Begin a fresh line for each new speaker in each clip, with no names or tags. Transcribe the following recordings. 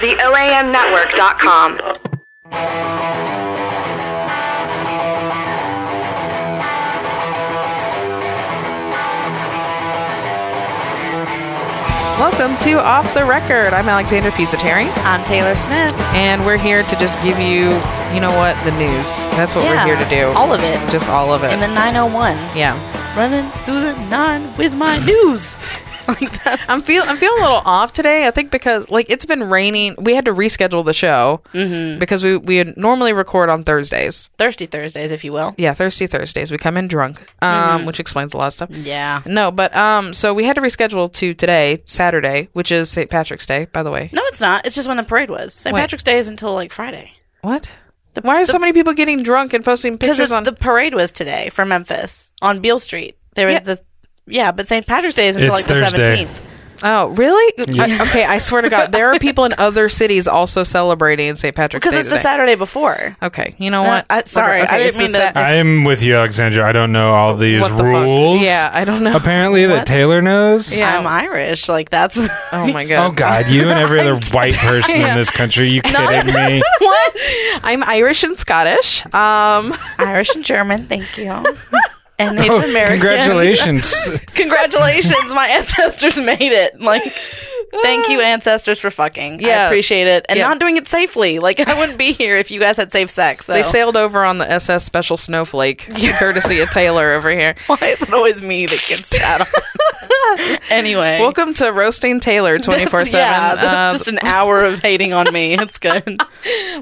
The OAMnetwork.com.
Welcome to Off the Record. I'm Alexandra Pusateri,
I'm Taylor Smith.
and we're here to just give you, you know what, the news. That's what
Yeah,
we're here to do.
all of it.
Just all of it.
And the 901.
yeah.
Running through the nine with my news. like that.
I'm feel I'm feeling a little off today. I think because like it's been raining. We had to reschedule the show
Mm-hmm.
because we we would normally record on Thursdays.
Thirsty Thursdays, if you will.
Yeah, Thirsty Thursdays. We come in drunk,
Mm-hmm.
um, which explains a lot of stuff.
Yeah.
No, but um, so we had to reschedule to today, Saturday, which is St. Patrick's Day, by the way.
No, it's not. It's just when the parade was. St.
Wait.
Patrick's Day is until like Friday.
What? Why are so many people getting drunk and posting
Because
pictures on?
the parade was today from Memphis on Beale Street. There was
Yeah.
this. Yeah, but St. Patrick's Day is until
It's
like
Thursday.
the 17th.
oh, really? I- okay, I swear to God, there are people in other cities also celebrating St. Patrick's Day.
Because it's the
today.
Saturday before.
Okay, you know
No,
what?
I- sorry, I didn't
it's
mean
the
to-
Sa-
I'm with you, Alexandra. I don't know all these
what the fuck?
rules.
Yeah, I don't know.
Apparently that Taylor knows.
Yeah.
I'm Irish. Like, that's.
Oh my
Oh
god.
God, you and every other white person in this country. You kidding me?
What? I'm Irish and Scottish. Um,
Irish and German. Thank you. And Native American.
Oh, Congratulations.
congratulations my ancestors made it like thank you ancestors for fucking i
Yeah.
appreciate it and
Yeah.
not doing it safely like i wouldn't be here if you guys had safe sex so.
they sailed over on the SS Special Snowflake, courtesy of Taylor over here.
why is it always me that gets shot on anyway
Welcome to roasting Taylor twenty four
yeah that's
seven. Um,
just an hour of hating on me it's good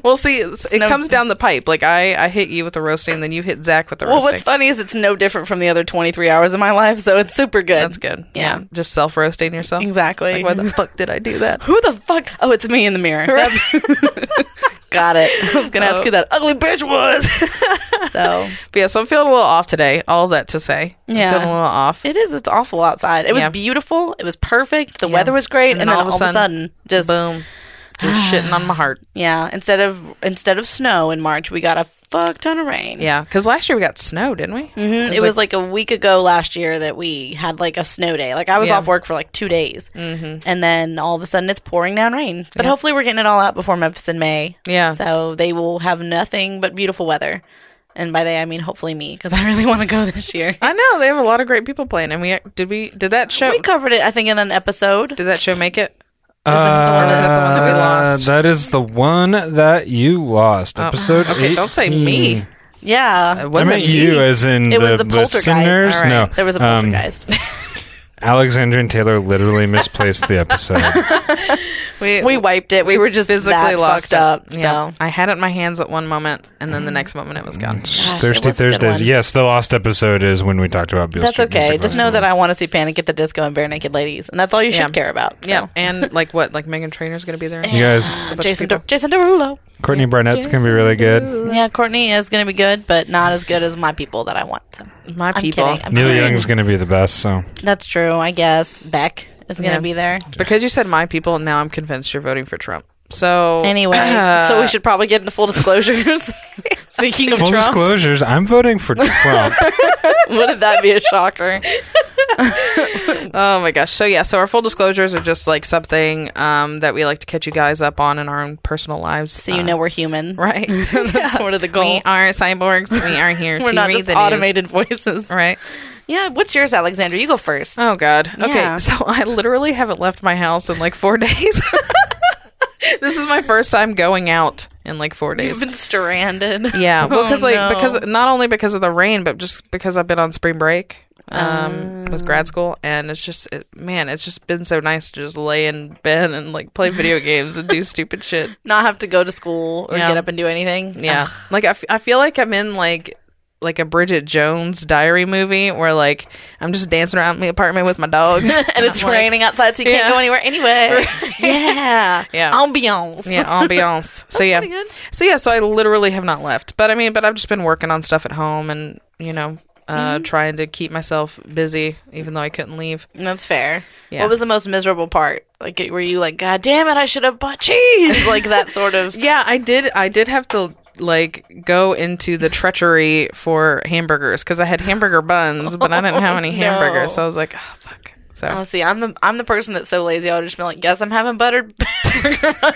We'll see. It's- It
no-
comes down the pipe. Like I, I hit you with the roasting, then you hit Zach with the
well
roasting.
what's funny is it's no different from the other 23 hours of my life so it's super good
That's good.
Yeah.
just self roasting yourself.
Exactly.
Like, why the fuck did I do that?
who the fuck oh it's me in the mirror That's- got it i was gonna ask who that ugly bitch was so
But yeah, so I'm feeling a little off today. All that to say, I'm
Yeah.
feeling a little off.
It is. It's awful outside. It was
Yeah.
beautiful. It was perfect. The weather was great, and, then all of a sudden, just
boom, just shitting on my heart.
yeah. Instead of instead of snow in March, we got a fuck ton of rain. Mm,
Yeah, because last year we got snow, didn't we? Mm-hmm.
it was, like, a week ago last year that we had like a snow day. Like I was
Yeah.
off work for like two days, mm-hmm. and then all of a sudden it's pouring down rain. But hopefully we're getting it all out before Memphis in May.
Yeah.
so they will have nothing but beautiful weather. And by they, I mean hopefully me, because I really want to go this year.
I know they have a lot of great people playing, and we did we did that show
We covered it, I think, in an episode.
did that show make it?
Uh,
is that the one that we lost?
that is the one that you lost. Episode
Okay, don't say me.
18.
Yeah,
It
I
wasn't
meant you,
me.
as in
It
the,
was the poltergeist.
listeners.
All
right.
No,
there was a
um,
poltergeist.
Alexandra and Taylor literally misplaced the episode.
we wiped it. We were just that fucked up.
it. Yeah.
So Mm-hmm.
I had it in my hands at one moment, and then the next moment it was gone.
Mm,
it
Thirsty
was a good
Thursdays.
one.
Yes, the lost episode is when we talked about Beale
that's
Street
okay.
Music
Just know
Festival.
that I want to see Panic at the Disco and Bare Naked Ladies, and that's all you should
Yeah.
care about. So.
Yeah, and like what? Like Megan Trainor's going to be there.
You guys,
bunch of
Jason
people.
De- Jason Derulo.
Courtney Barnett's gonna be really good.
Yeah, Courtney is going to be good, but not as good as my people that I want. To.
My
I'm
people.
kidding. I'm
Neil
kidding.
Young's gonna be the best. So
That's true, I guess. Beck is going to
Yeah.
be there.
Because you said my people, now I'm convinced you're voting for Trump. So
Anyway, so we should probably get into full disclosures. Speaking of
full
Trump,
disclosures, I'm voting for Trump.
wouldn't that be a shocker?
Oh my gosh. So yeah, so our full disclosures are just like something um, that we like to catch you guys up on in our own personal lives. Uh,
So
Uh,
you know we're human.
right?
That's sort of the goal.
We are cyborgs. We are here
We're
to
not
read
just
the news.
automated voices.
right?
Yeah, what's yours, Alexander? You go first.
Oh God. Okay.
Yeah.
So I literally haven't left my house in like four days. this is my first time going out in like four days.
You've been stranded.
yeah. Well, because
Oh,
like
no.
because not only because of the rain, but just because I've been on spring break. Um,
Ah.
with grad school, and it's just it, man, it's just been so nice to just lay in bed and like play video games and do stupid shit.
not have to go to school or
Yeah.
get up and do anything.
Yeah.
Ugh.
Like I, f- I feel like I'm in like like a Bridget Jones diary movie where like I'm just dancing around my apartment with my dog
and it's
I'm like-
raining outside, so you
Yeah.
can't go anywhere anyway. yeah,
Yeah.
ambiance.
Yeah, ambiance. so yeah.
pretty good.
So yeah, so I literally have not left. But I mean, but I've just been working on stuff at home and, you know, uh,
Mm-hmm.
trying to keep myself busy even though I couldn't leave.
that's fair.
Yeah.
What was the most miserable part? Like, were you like, God damn it, I should have bought cheese? Like that sort of.
Yeah, I did I did have to like go into the treachery for hamburgers cuz I had hamburger buns, but I didn't have any hamburgers.
no.
So I was like, oh fuck. So
Oh, see, I'm the I'm the person that's so lazy. I'll just be like, guess I'm having buttered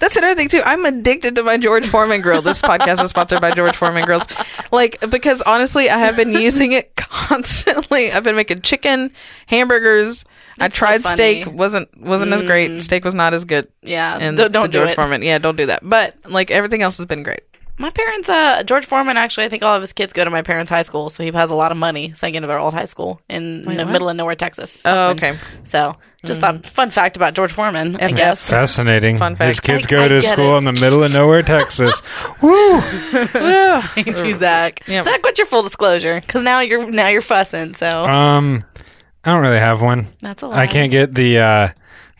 That's another thing too. I'm addicted to my George Foreman grill. This podcast is sponsored by George Foreman grills, like because honestly, I have been using it constantly. I've been making chicken, hamburgers. I tried
funny.
steak wasn't wasn't as great. Steak was not as good.
Yeah,
and
Uh, don't- don't do
George
it.
Foreman. Yeah, don't do that. But like everything else has been great.
My parents, uh, George Foreman, actually, I think all of his kids go to my parents' high school, so he has a lot of money sunk into their old high school in the middle of nowhere, Texas.
Oh,
Austin.
okay. Mm-hmm.
So, just a fun fact about George Foreman, I guess.
Fascinating.
Fun
His
fact.
kids
I-
go
I
to
get
school
it.
in the middle of nowhere, Texas. Woo!
Thank you, Zach.
Yep.
Zach, what's your full disclosure? Because now you're now you're fussing, so
Um, I don't really have one.
that's a lot.
I can't get the uh,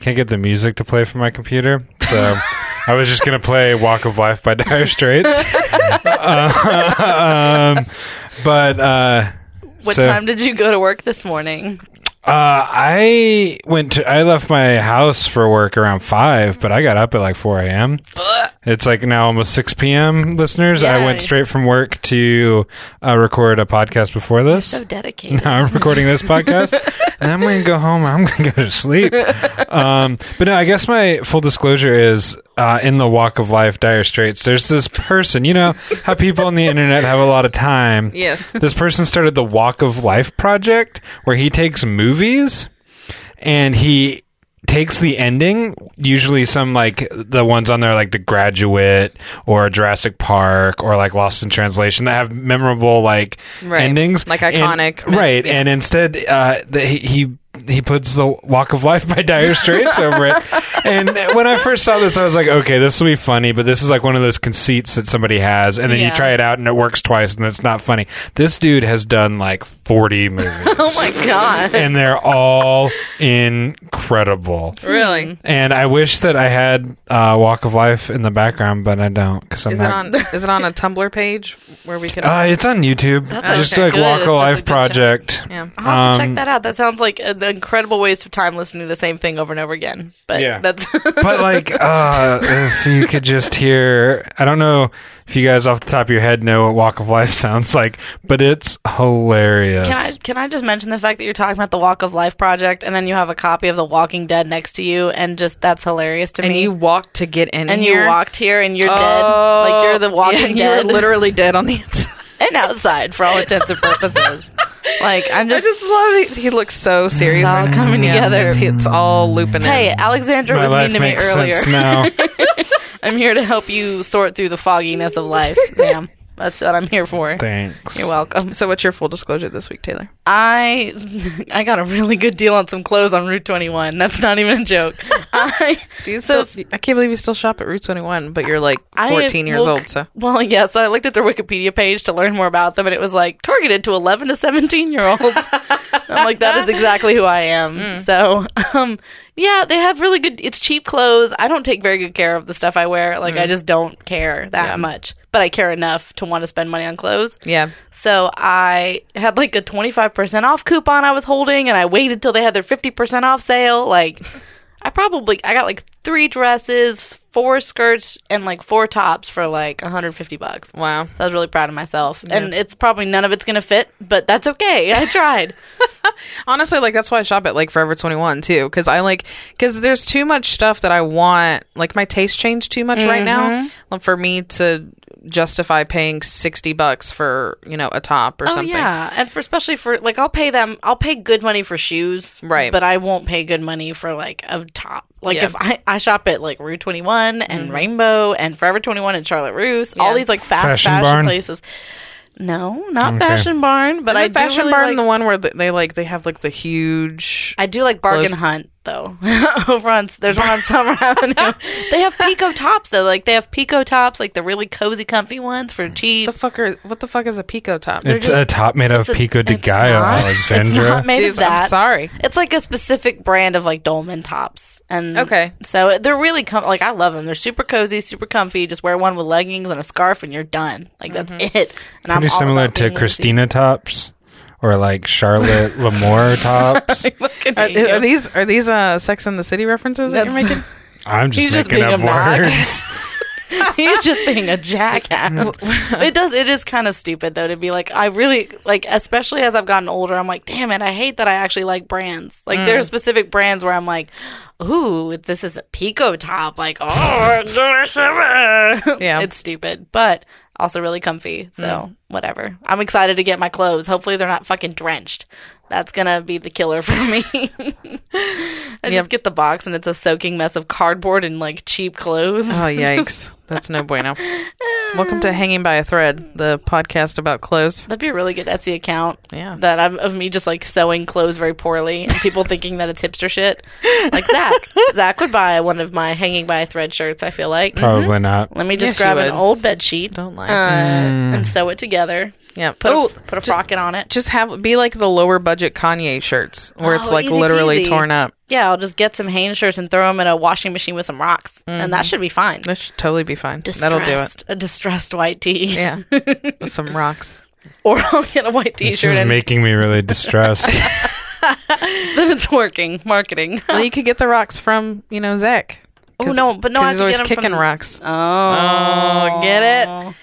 can't get the music to play from my computer, so I was just gonna play "Walk of Life" by Dire Straits. Uh, um, but uh,
What
so-
time did you go to work this morning?
Uh, I went to I left my house for work around five, but I got up at like four a.m. It's like now almost six p.m. Listeners, I
Yay.
went straight from work to uh, record a podcast before this.
So dedicated.
Now I'm recording this podcast, and I'm going to go home. and I'm going to go to sleep. Um, but no, I guess my full disclosure is uh, in the walk of life, Dire Straits. There's this person. You know how people on the internet have a lot of time.
Yes.
This person started the Walk of Life project, where he takes movies and he takes the ending usually some like the ones on there like the graduate or jurassic park or like lost in translation that have memorable like
Right.
endings
Like
And-
iconic.
right
Yeah.
and instead uh the, he he- he puts the walk of life by dire straits over it and when i first saw this i was like okay this will be funny but this is like one of those conceits that somebody has and then
Yeah.
you try it out and it works twice and it's not funny this dude has done like 40 movies oh my
God.
and they're all incredible
Really?
and i wish that i had uh walk of life in the background but i don't because i'm
Is it
not
on is it on a Tumblr page where we can
uh, it's on youtube
okay.
just like
Good.
walk
That's
of
a
life
good check.
project
Yeah.
I'll have to check
Um,
that out. That sounds like an incredible waste of time listening to the same thing over and over again. But
Yeah.
that's
but like uh if you could just hear i don't know if you guys off the top of your head know what walk of life sounds like but it's hilarious
Can I can I just mention the fact that you're talking about the Walk of Life project, and then you have a copy of The Walking Dead next to you, and just that's hilarious to
and
me.
you walked to get in
and
here?
you walked here, and you're dead, like you're the
Oh,
Walking
yeah,
Dead,
You were literally dead on the inside.
and outside for all intents and purposes. like I'm
I
just,
just love it. He looks so serious.
It's all
right
coming
now.
together.
It's all looping
hey,
in.
Alexandra
my
was mean
life
to me
makes
earlier.
sense now
I'm here to help you sort through the fogginess of life. Damn, that's what I'm here for.
thanks
You're welcome.
So, what's your full disclosure this week, Taylor?
I I got a really good deal on some clothes on Route 21. That's not even a joke. I
Do you
So-
still, I can't believe you still shop at Route 21, but you're like
I-
14 years
well,
old. So,
Well, yeah. So I looked at their Wikipedia page to learn more about them, and it was like targeted to 11 to 17 year olds. I'm like, that is exactly who I am.
Mm.
So, um, yeah, they have really good. It's cheap clothes. I don't take very good care of the stuff I wear. Like,
Mm.
I just don't care that much, but I care enough to want to spend money on clothes.
yeah.
So I had like a 25% off coupon I was holding and I waited till they had their 50% off sale. Like I probably I got like three dresses, four skirts and like four tops for like 150 bucks. So
Wow.
I was really proud of myself. And it's probably none of it's going to fit, but that's okay. I tried.
Honestly, like that's why I shop at like Forever 21 too cuz I like cuz there's too much stuff that I want. Like my taste changed too much right now like, for me to justify paying 60 bucks for, you know, a top or something.
Oh yeah, and for especially for like I'll pay them. I'll pay good money for shoes,
Right.
But I won't pay good money for like a top. Like
Yeah. Mm-hmm.
if I, I shop at like Rue Twenty One and Rainbow and Forever Twenty One and Charlotte Russe, all
Yeah.
these like fast
Fashion
fashion,
Barn?
places. No, not Fashion Barn, but
But
I
I
do
Fashion
really
Barn
like-
the one where th- they like they have like the huge
I do like Bargain
Close.
Hunt though. Over on there's one on Summer Avenue. They have pico tops though. Like they have pico tops, like the really cozy, comfy ones
Mm.
for cheap.
the fuck are, what the fuck is a pico top?
it's
just-
a top made of
It's a-
pico de
it's
gallo
not- It's
alexandra
not made of
Jeez,
that.
I'm sorry.
It's like a specific brand of like dolman tops, and
Okay.
so they're really com- like I love them. They're super cozy, super comfy. Just wear one with leggings and a scarf, and you're done. Like that's
Mm-hmm.
it. And
pretty
all
similar
about
to
being
christina tops or like charlotte lamour tops
lazy. Look at
Are,
me.
are these are these uh Sex and the City references that you're
That's-
making?
i'm just
He's just
making
being
up
obnoxious. Mm-hmm.
words
He's just being a jackass. it does. It is kind of stupid though to be like, I really like, especially as I've gotten older. I'm like, damn it, I hate that I actually like brands. Like there are specific brands where I'm like, ooh, this is a pico top. Like, oh,
Yeah.
yeah, it's stupid, but also really comfy. So whatever. I'm excited to get my clothes. Hopefully they're not fucking drenched. That's gonna be the killer for me. I
Yep.
just get the box and it's a soaking mess of cardboard and like cheap clothes.
Oh yikes! That's no bueno. Welcome to Hanging by a Thread, the podcast about clothes.
That'd be a really good Etsy account.
Yeah.
That I'm of me just like sewing clothes very poorly and people thinking that it's hipster shit. Like Zach. Zach would buy one of my hanging by a thread shirts, I feel like.
Probably not.
Let me
Yes,
just
you
grab an
would.
old bed sheet.
Don't lie.
Uh, and sew it together.
Yeah.
Put
oh,
a, put a frocket on it.
just have be like the lower budget Kanye shirts, where it's
Oh,
like
easy
literally
peasy.
torn up.
Yeah, I'll just get some Hanes shirts and throw them in a washing machine with some rocks, and that should be fine.
Mm-hmm. That should totally be fine.
Distressed,
That'll do it.
A distressed white tee,
Yeah, with some rocks.
or I'll get a white
This
T-shirt,
is
and
making me really distressed.
then it's working. Marketing.
Well, you could get the rocks from you know Zach.
Oh no, but no, I have
he's
to
always
get 'em
kicking
from-
rocks.
Oh,
Oh, get it?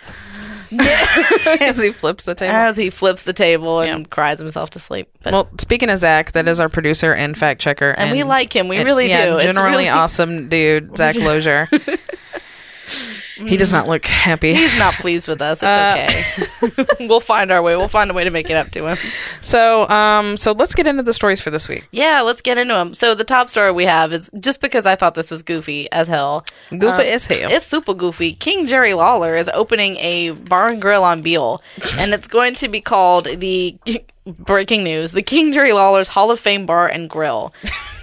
As he flips the table.
As he flips the table and cries himself to sleep. But,
well, speaking of Zach, that is our producer and fact checker,
and, we like him. We really
yeah,
do. It's
Generally
really-
awesome dude, Zach Lozier. he does not look happy.
He's not pleased with us. It's
Uh,
okay. we'll find our way. We'll find a way to make it up to him.
So, um, so let's get into the stories for this week.
Yeah, let's get into him. So the top story we have is just because I thought this was goofy as hell.
Goofy as hell.
Uh, It's super goofy. King Jerry Lawler is opening a bar and grill on Beale, and it's going to be called the breaking news: the King Jerry Lawler's Hall of Fame Bar and Grill,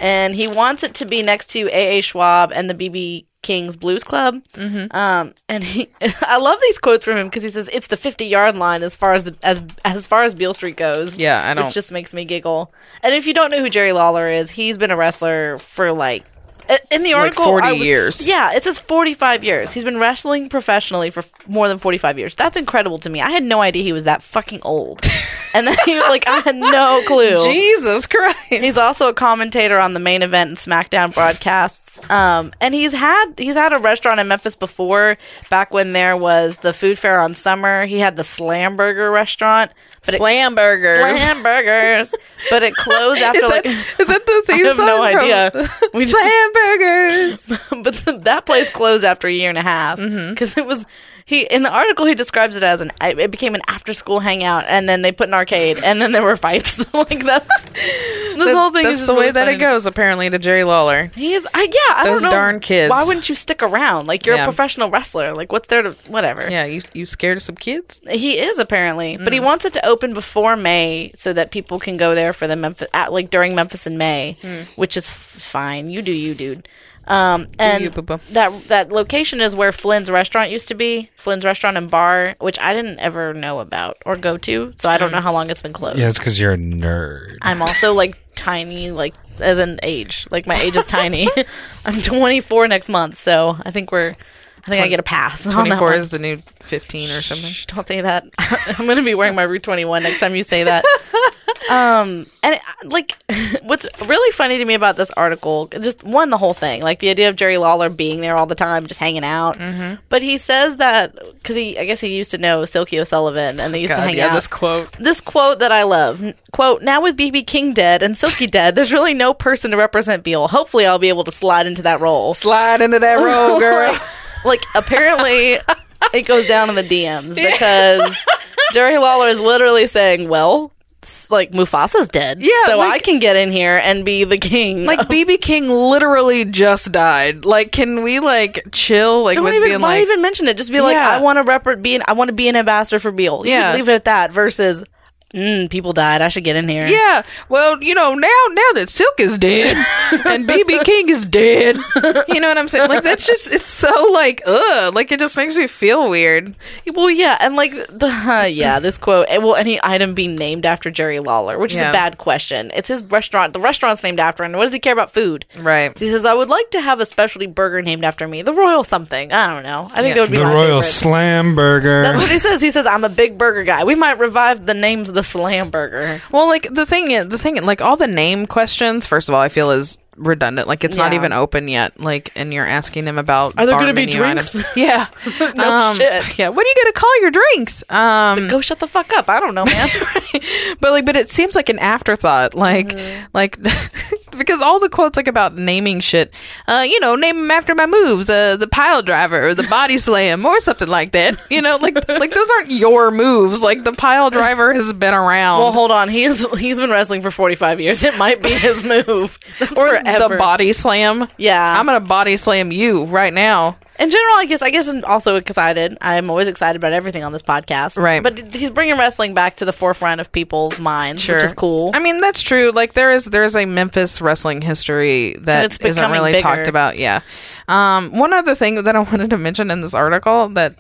and he wants it to be next to AA Schwab and the BB. King's Blues Club,
Mm-hmm.
um, and he, I love these quotes from him because he says it's the fifty yard line as far as the as as far as Beale Street goes.
Yeah, I don't-
Which just makes me giggle. And if you don't know who Jerry Lawler is, he's been a wrestler for like in the article
40
I was-
years.
Yeah, yeah, it says 45 years. He's been wrestling professionally for f- more than 45 years. That's incredible to me. I had no idea he was that fucking old. And then he like I had no clue.
Jesus Christ.
He's also a commentator on the main event and SmackDown broadcasts. Um, and he's had he's had a restaurant in Memphis before, back when there was the food fair on summer. He had the Slam Burger restaurant, but it,
Slam burgers.
Slam Burgers, but it closed after
Is that,
like
is that the theme
I have
song?
no
from-
idea. We just-
Slam burgers.
but th that place closed after a year and a half
Mm-hmm.
because it was he in the article he describes it as an it became an after school hangout and then they put an arcade and then there were fights like that's this whole thing
That's
is
the way
really
that
funny
it
to me.
goes, apparently, to Jerry Lawler.
he's I, yeah I
Those
don't know
darn kids.
why wouldn't you stick around like you're
Yeah.
a professional wrestler like what's there to whatever
Yeah, you you scared of some kids?
he is apparently,
Mm.
but he wants it to open before May so that people can go there for the Memphis at like during Memphis in May,
Mm.
which is f- fine. You do you, dude. Um, and
you, boo-boo.
that that location is where Flynn's restaurant used to be, Flynn's restaurant and bar, which I didn't ever know about or go to, so I don't know how long it's been closed.
yeah, it's because you're a nerd.
I'm also like tiny, like as an age, like my age is tiny. I'm 24 next month, so I think we're, I think I get a pass. on that
24
one.
is the new 15 or something.
Shh, don't say that. I'm going to be wearing my Route 21 next time you say that. um, and it, like, what's really funny to me about this article, just one, the whole thing, like the idea of Jerry Lawler being there all the time, just hanging out.
Mm-hmm.
But he says that because he, I guess he used to know Silky O'Sullivan, and they used to
God,
hang
yeah,
out.
this quote.
This quote that I love. N- Quote, now with BB King dead and Silky dead, there's really no person to represent Beale. Hopefully I'll be able to slide into that role.
Slide into that roll, girl.
Like- like apparently it goes down in the DMs because Jerry Lawler is literally saying, "Well, it's like Mufasa's dead,
Yeah,
so
like-
I can get in here and be the king."
Like BB King literally just died. Like, can we like chill? Like,
don't
with
even
being
why
like,
even mention it? Just be like,
Yeah.
"I want to rep- be an, I want to be an ambassador for Beal." You
Yeah.
can leave it at that. Versus, mm, people died. I should get in here.
yeah. Well, you know, now now that Silk is dead and BB King is dead, you know what I'm saying? Like, that's just it's so like ugh. Like, it just makes me feel weird.
Well, yeah, and like the yeah, this quote. and Will any item be named after Jerry Lawler? Which is
Yeah.
a bad question. It's his restaurant. The restaurant's named after him. What does he care about food?
Right.
He says, "I would like to have a specialty burger named after me, the Royal something. I don't know. I think
Yeah.
it would be
The
my
Royal
favorite.
Slam Burger.
That's what he says. He says, "I'm a big burger guy. We might revive the names of the Slam Burger."
Well, like the thing, the thing, like all the name questions. First of all, I feel is redundant. Like it's not
Yeah.
even open yet. Like, and you're asking him about
Are there
bar
gonna be
menu
drinks?
items. Yeah.
No
Um,
shit.
Yeah. What are you gonna call your drinks? Um,
Go shut the fuck up. I don't know, man.
but like, but it seems like an afterthought. Like,
Mm-hmm.
like because all the quotes like about naming shit. Uh, you know, name them after my moves. Uh, the pile driver, or the body slam, or something like that. You know, like like those aren't your moves. Like the pile driver has been around.
well, hold on. He is, he's been wrestling for 45 years. It might be his move. That's
or
forever.
the body slam.
Yeah.
I'm gonna body slam you right now.
in general, I guess I guess I'm also excited. I'm always excited about everything on this podcast,
Right.
But he's bringing wrestling back to the forefront of people's minds, which is cool.
I mean, that's true. Like there is there is a Memphis wrestling history
And
that
it's
isn't
becoming
really
bigger.
talked about. Yeah. Um, one other thing that I wanted to mention in this article that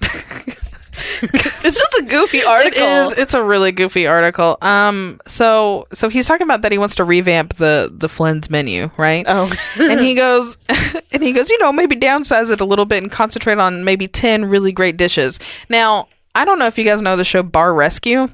it's just a goofy
it is it's a really goofy article. Um, so so he's talking about that he wants to revamp the the Flynn's menu, right?
Oh.
and he goes and he goes, you know, maybe downsize it a little bit and concentrate on maybe ten really great dishes. Now, I don't know if you guys know the show Bar Rescue.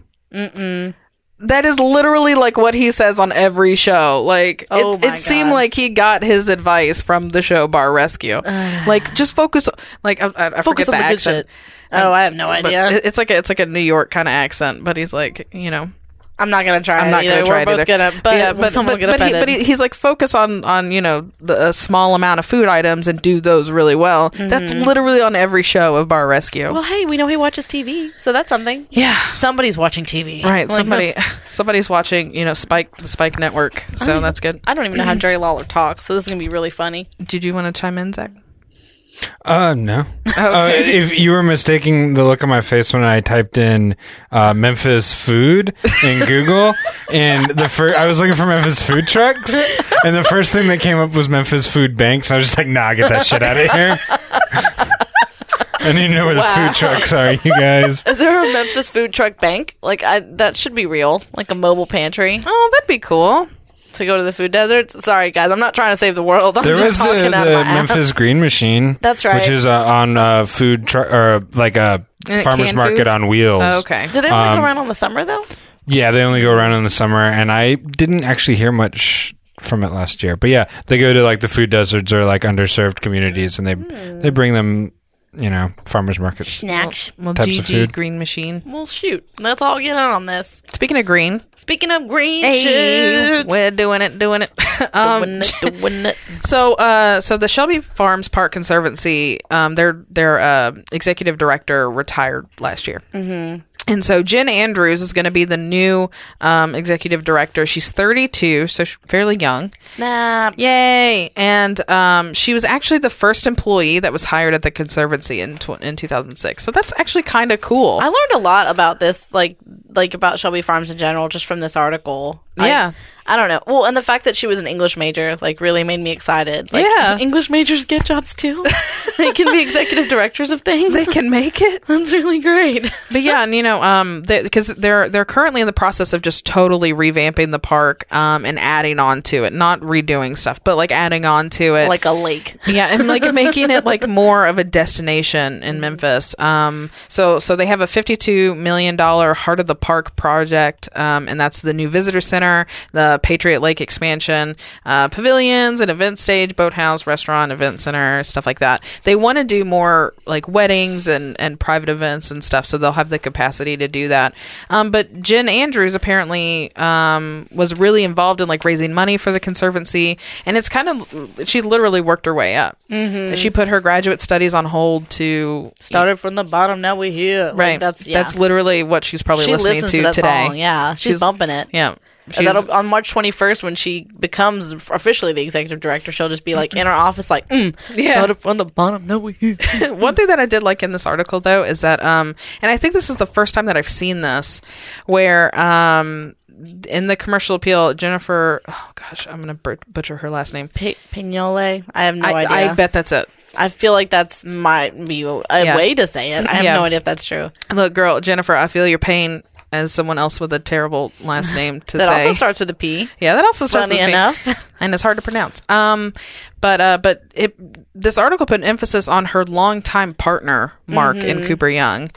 That is literally like what he says on every show. Like
Oh
it's,
my
it seemed
God.
like he got his advice from the show Bar Rescue. like just focus. Like I, I, I
Focus
forget
on
the
the good
accent.
shit. Oh, I have no
But
idea.
it- it's like a, it's like a New York kind of accent, but he's like, you know,
I'm not gonna try.
I'm not
it
going
either.
to try
We're
it
both
either.
gonna, but
yeah,
someone will get
but, he,
offended.
but he, he's like, focus on on you know the, a small amount of food items and do those really well. That's literally on every show of Bar Rescue.
Mm-hmm. well, hey, we know he watches TV, so that's something.
yeah.
Somebody's watching TV,
Right,
Like,
somebody,
that's- Oh.
somebody's watching. You know, Spike, the Spike Network. So that's good.
I don't even know how Jerry Lawler talks, so this is gonna be really funny.
Did you want to chime in, Zach?
Uh, no. Uh, if you were mistaking the look on my face when I typed in uh, Memphis food in Google, and the first I was looking for Memphis food trucks, and the first thing that came up was Memphis food banks. I was just like, nah, get that shit out of here. I need to know where the food trucks are, you guys.
Is there a Memphis food truck bank? Like, I that should be real, like a mobile pantry
Oh, that'd be cool.
to go to the food desert. Sorry, guys, I'm not trying to save the world. I'm
There
just
was the,
talking out of
the
my ass.
Memphis Green Machine.
That's right.
Which is uh, on uh, food truck or like a
And it
farmer's
canned
market
food?
on wheels.
Oh,
okay.
Do they only
Um,
go around on the summer though?
Yeah, they only go around in the summer, and I didn't actually hear much from it last year. But yeah, they go to like the food deserts or like underserved communities, and they
Hmm.
they bring them, you know, farmers markets.
Snacks.
Well,
types of
GG
food?
Green Machine.
Well, shoot, let's all get in on this.
Speaking of green,
Speaking of green
hey,
shit,
we're doing it, doing it.
doing
um,
it, doing it.
So, uh, so the Shelby Farms Park Conservancy, um, their their uh, executive director retired last year. Mm-hmm. And so Jen Andrews is going to be the new um, executive director. She's 32, so she's fairly young.
snap.
Yay! And um, she was actually the first employee that was hired at the conservancy in tw- in 2006. So that's actually kind of cool.
I learned a lot about this, like like about Shelby Farms in general, just from this article. I-
Yeah.
I, don't know. Well, and the fact that she was an English major, like, really made me excited. Like,
Yeah.
can English majors get jobs too. they can be executive directors of things.
they can make it.
That's really great.
But yeah, and you know, um, because they, are they're currently in the process of just totally revamping the park, um, and adding on to it, not redoing stuff, but like adding on to it,
like a lake.
yeah, and like making it like more of a destination in Memphis. Um, so so they have a fifty-two million dollar Heart of the Park project, um, and that's the new visitor center, the Patriot Lake expansion, uh, pavilions, an event stage, boathouse, restaurant, event center, stuff like that. They want to do more like weddings and and private events and stuff, so they'll have the capacity to do that. Um, but Jen Andrews apparently um, was really involved in like raising money for the conservancy, and it's kind of she literally worked her way up. Mm-hmm. She put her graduate studies on hold to
Started from the bottom. Now we're here. Like,
right.
That's
that's
yeah.
that's literally what she's probably
she
listening
listens
to,
to that
today.
song. Yeah, she's, bumping it.
Yeah,
And
she's,
that'll on March 21st when she becomes officially the executive director. She'll just be like in her office, like, mm,
Yeah.
started from the bottom. Now we're here.
One thing that I did like in this article though is that um and I think this is the first time that I've seen this where um in the commercial appeal Jennifer oh gosh I'm going to butch butcher her last name.
P- Pignole? I have no
I,
idea.
I bet that's it.
I feel like that's might be a
Yeah.
way to say it. I have
Yeah.
no idea if that's true.
Look girl Jennifer I feel your pain as someone else with a terrible last name to
That
say.
also starts with a P.
Yeah, that also starts
Funny
with me.
enough.
and it's hard to pronounce. Um, but uh, but it this
Mm-hmm.
article put an emphasis on her longtime partner Mark and Cooper Young.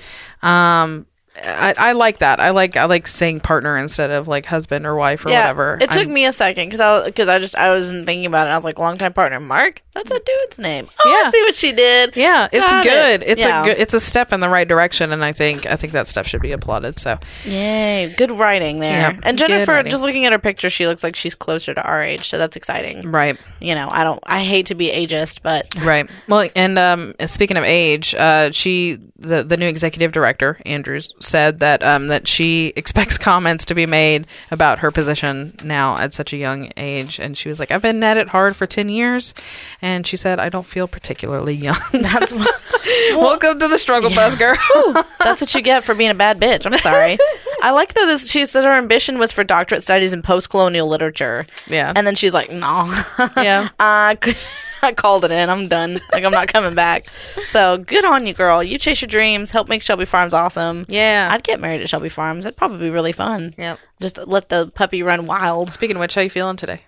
Um, I, I like that. I like I like saying partner instead of like husband or wife or whatever.
It took
I'm-
me a second because I because I just I wasn't thinking about it. I was like, longtime partner Mark. That's a dude's name. Oh, I
Yeah.
see what she did.
Yeah, it's
Got
good.
it.
It's
Yeah.
a good. It's a step in the right direction, and I think I think that step should be applauded. So
Yay, good writing there.
Yeah,
and
good
Jennifer,
writing.
just looking at her picture, she looks like she's closer to our age, so that's exciting.
right,
You know, I don't. I hate to be ageist, but
right. Well, and um, and speaking of age, uh, she the the new executive director Andrews said that um that she expects comments to be made about her position now at such a young age, and she was like, I've been at it hard for ten years, and she said I don't feel particularly young.
that's what,
Welcome to the struggle bus, girl.
that's what you get for being a bad bitch. I'm sorry. I like that this. She said her ambition was for doctorate studies in post colonial literature.
Yeah.
and then she's like, no.
Yeah.
I could. I called it in. I'm done. Like I'm not coming back. So good on you, girl. You chase your dreams. Help make Shelby Farms awesome.
Yeah.
I'd get married at Shelby Farms. It'd probably be really fun.
Yep.
Just let the puppy run wild.
Speaking of which, how you feeling today?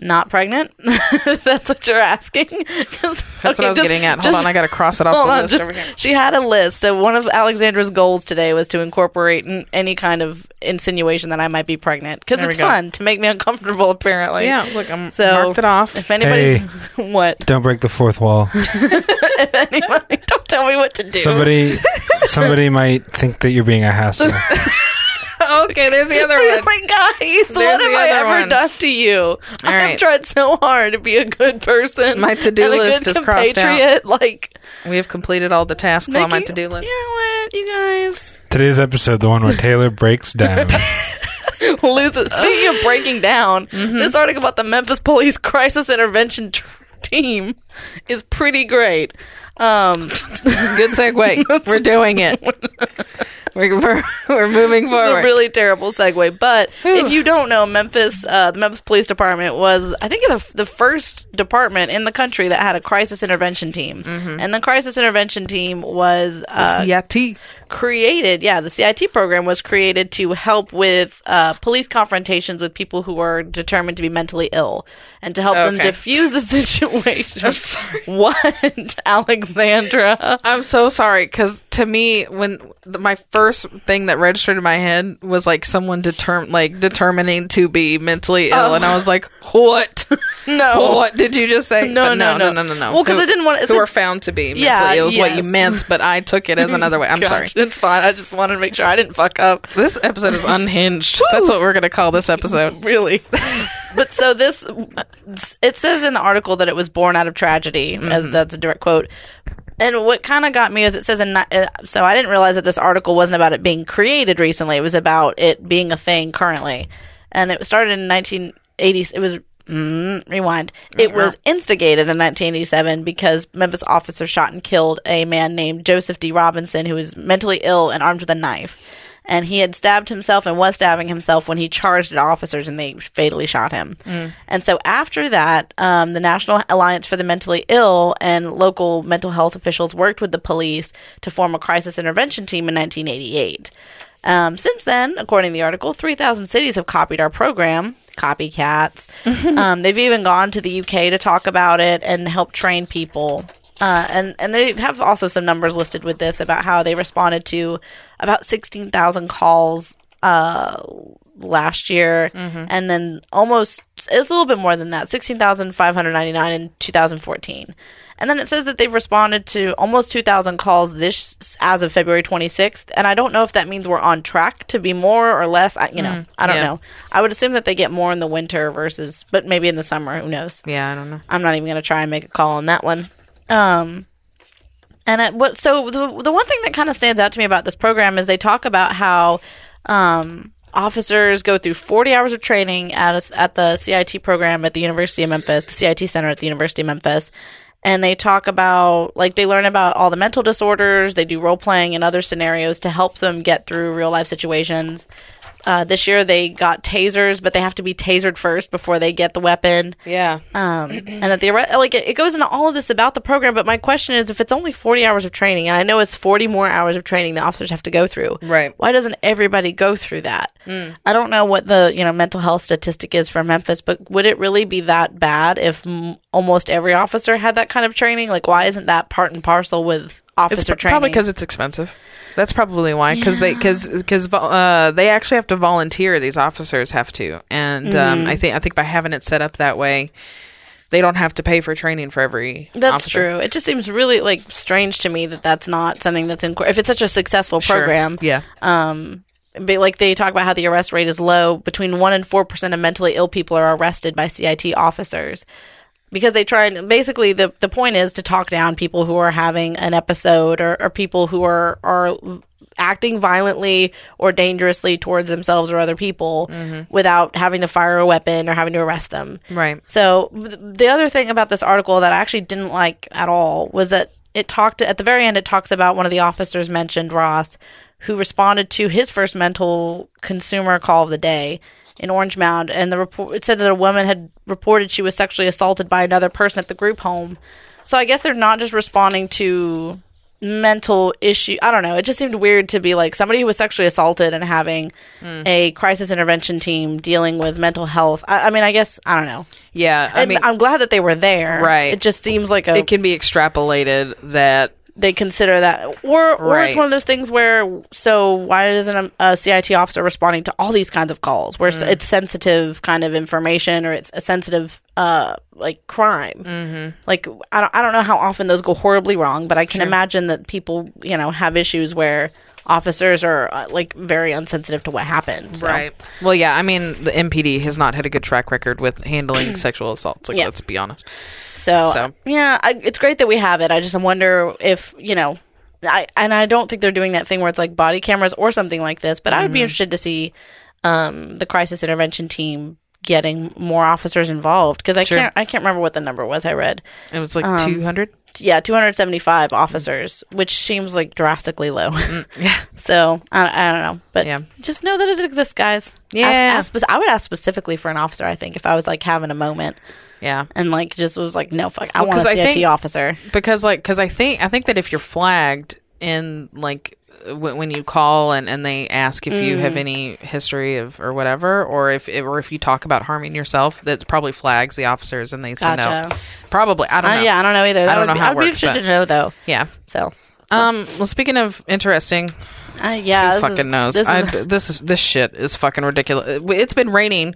not pregnant. That's what you're asking. That's
That's what I was getting at. Hold on, I got to cross it off the list over here.
uh, She had a list. So one of Alexandra's goals today was to incorporate n- any kind of insinuation that I might be pregnant because
There we
it's
go.
fun to make me uncomfortable. Apparently,
Yeah, look, I'm
So
marked it off.
If anybody's what,
Don't break the fourth wall.
anybody, don't tell me what to do.
Somebody, somebody might think that you're being a hassle.
okay, there's the other
He's
one.
like, Oh guys,
There's
what
the
have I
other
ever
one.
done to you? I've
right.
tried so hard to be a good person.
My to-do
and a
list
good
is crossed out.
compatriot, Like,
We have completed all the tasks on my
making-
to-do list.
You know what, you guys.
Today's episode, the one where Taylor breaks down.
lose it. Speaking of breaking down, this article about the Memphis Police Crisis Intervention tr- Team is pretty great. Um,
Good segue. we're doing it. We're, we're, we're moving
it's a
forward.
really terrible segue, but if you don't know, Memphis, uh, the Memphis Police Department was, I think, the, the first department in the country that had a crisis intervention team, and the crisis intervention team was uh,
CIT.
created yeah the cit program was created to help with uh, police confrontations with people who are determined to be mentally ill and to help them
Okay.
diffuse the situation what alexandra
I'm so sorry because to me, when the, my first thing that registered in my head was like someone determ like determining to be mentally
Oh.
ill, and I was like, "What?
No.
what did you just say?
Oh. No,
But
no,
no,
no.
no, no, no.
Well, 'cause
Who-
I didn't want-
who were found to be mentally
Yeah,
ill is what you
yes.
meant, but I took it as another way. I'm sorry.
Gosh, it's fine i just wanted to make sure i didn't fuck up
This episode is unhinged. That's what we're gonna call this episode.
really but so this it says in the article that it was born out of tragedy as that's a direct quote and what kind of got me is it says in uh, so i didn't realize that this article wasn't about it being created recently it was about it being a thing currently and it started in 1980 it was Mm, rewind. It was instigated in 1987 because Memphis officers shot and killed a man named Joseph D. Robinson who was mentally ill and armed with a knife. And he had stabbed himself and was stabbing himself when he charged at officers and they fatally shot him. And so after that, um, the National Alliance for the Mentally Ill and local mental health officials worked with the police to form a crisis intervention team in 1988. Um, since then, according to the article, 3,000 cities have copied our program, copycats. um, they've even gone to the UK to talk about it and help train people. Uh, and, and they have also some numbers listed with this about how they responded to about 16,000 calls uh, last year. And then almost, it's a little bit more than that 16,599 in 2014. And then it says that they've responded to almost 2,000 calls this as of February 26th. And I don't know if that means we're on track to be more or less. I, you know, I don't
yeah.
know. I would assume that they get more in the winter versus, but maybe in the summer. Who knows?
Yeah, I don't know.
I'm not even going to try and make a call on that one. Um, and I, what? So the the one thing that kind of stands out to me about this program is they talk about how um, officers go through 40 hours of training at a s at the CIT program at the University of Memphis, the CIT Center at the University of Memphis. And they talk about, like, they learn about all the mental disorders. They do role playing and other scenarios to help them get through real life situations. Uh, this year they got tasers, but they have to be tasered first before they get the weapon
Yeah.
um, and that the arre- like it, it goes into all of this about the program. But my question is, if it's only forty hours of training, and I know it's forty more hours of training the officers have to go through,
Right. Mm.
Why doesn't everybody go through that? I don't know what the you know mental health statistic is for Memphis, but would it really be that bad if m- almost every officer had that kind of training? Like, why isn't that part and parcel with
It's
officer
pr-
training.
probably because it's expensive. That's probably why, because they because because uh, they actually have to volunteer. These officers have to, and um,
Mm-hmm.
I think I think by having it set up that way, they don't have to pay for training for every.
That's
officer.
true. It just seems really like strange to me that that's not something that's in. If it's such a successful
Sure.
program,
Yeah,
Um, but like they talk about how the arrest rate is low. Between one and four percent of mentally ill people are arrested by CIT officers because they try and basically the the point is to talk down people who are having an episode or, or people who are are acting violently or dangerously towards themselves or other people without having to fire a weapon or having to arrest them.
right.
So th- the other thing about this article that I actually didn't like at all was that it talked at the very end. It talks about one of the officers mentioned Ross, who responded to his first mental consumer call of the day in Orange Mound, and the report it said that a woman had reported she was sexually assaulted by another person at the group home. So I guess they're not just responding to mental issue. I don't know. It just seemed weird to be like somebody who was sexually assaulted and having a crisis intervention team dealing with mental health. I, I mean, I guess I don't know.
Yeah, I
I
mean,
am glad that they were there.
Right.
It just seems like a,
it can be extrapolated that
they consider that, or or
Right.
it's one of those things where so why isn't a, a CIT officer responding to all these kinds of calls where s
Mm.
it's sensitive kind of information or it's a sensitive uh like crime. Mm-hmm. Like I don't I don't know how often those go horribly wrong, but I can imagine that people you know have issues where officers are uh, like very unsensitive to what happened. So.
um, Well, yeah. I mean, the MPD has not had a good track record with handling sexual assaults. Like,
Yeah.
let's be honest.
So,
So.
yeah, I, it's great that we have it. I just wonder if you know, I and I don't think they're doing that thing where it's like body cameras or something like this. But I
Mm-hmm.
would be interested to see um, the crisis intervention team getting more officers involved because I can't I can't remember what the number was I read.
It was like
Um,
two hundred.
Yeah, 275
Mm-hmm.
officers, which seems like drastically low.
Yeah.
so I, I don't know, but
Mm. Yeah.
just know that it exists, guys. Ask-
Yeah.
ask spec- I would ask specifically for an officer. I think if I was like having a moment
Yeah.
and like just was like, no fuck, I want
'cause
a
I
CIT
think-
officer.
because like because i think i think that if you're flagged in like when, when you call and, and they ask if you
Mm.
have any history of or whatever or if or if you talk about harming yourself that probably flags the officers and they send
Gotcha.
out probably i don't
Uh,
know
yeah, I don't know either. That
don't
would
know
be,
how it
I'd be
works,
interested
but-
to know though.
yeah
So,
um well speaking of interesting
uh, yeah, this
fucking
is,
knows
This
I,
is,
this is this shit is fucking ridiculous it's been raining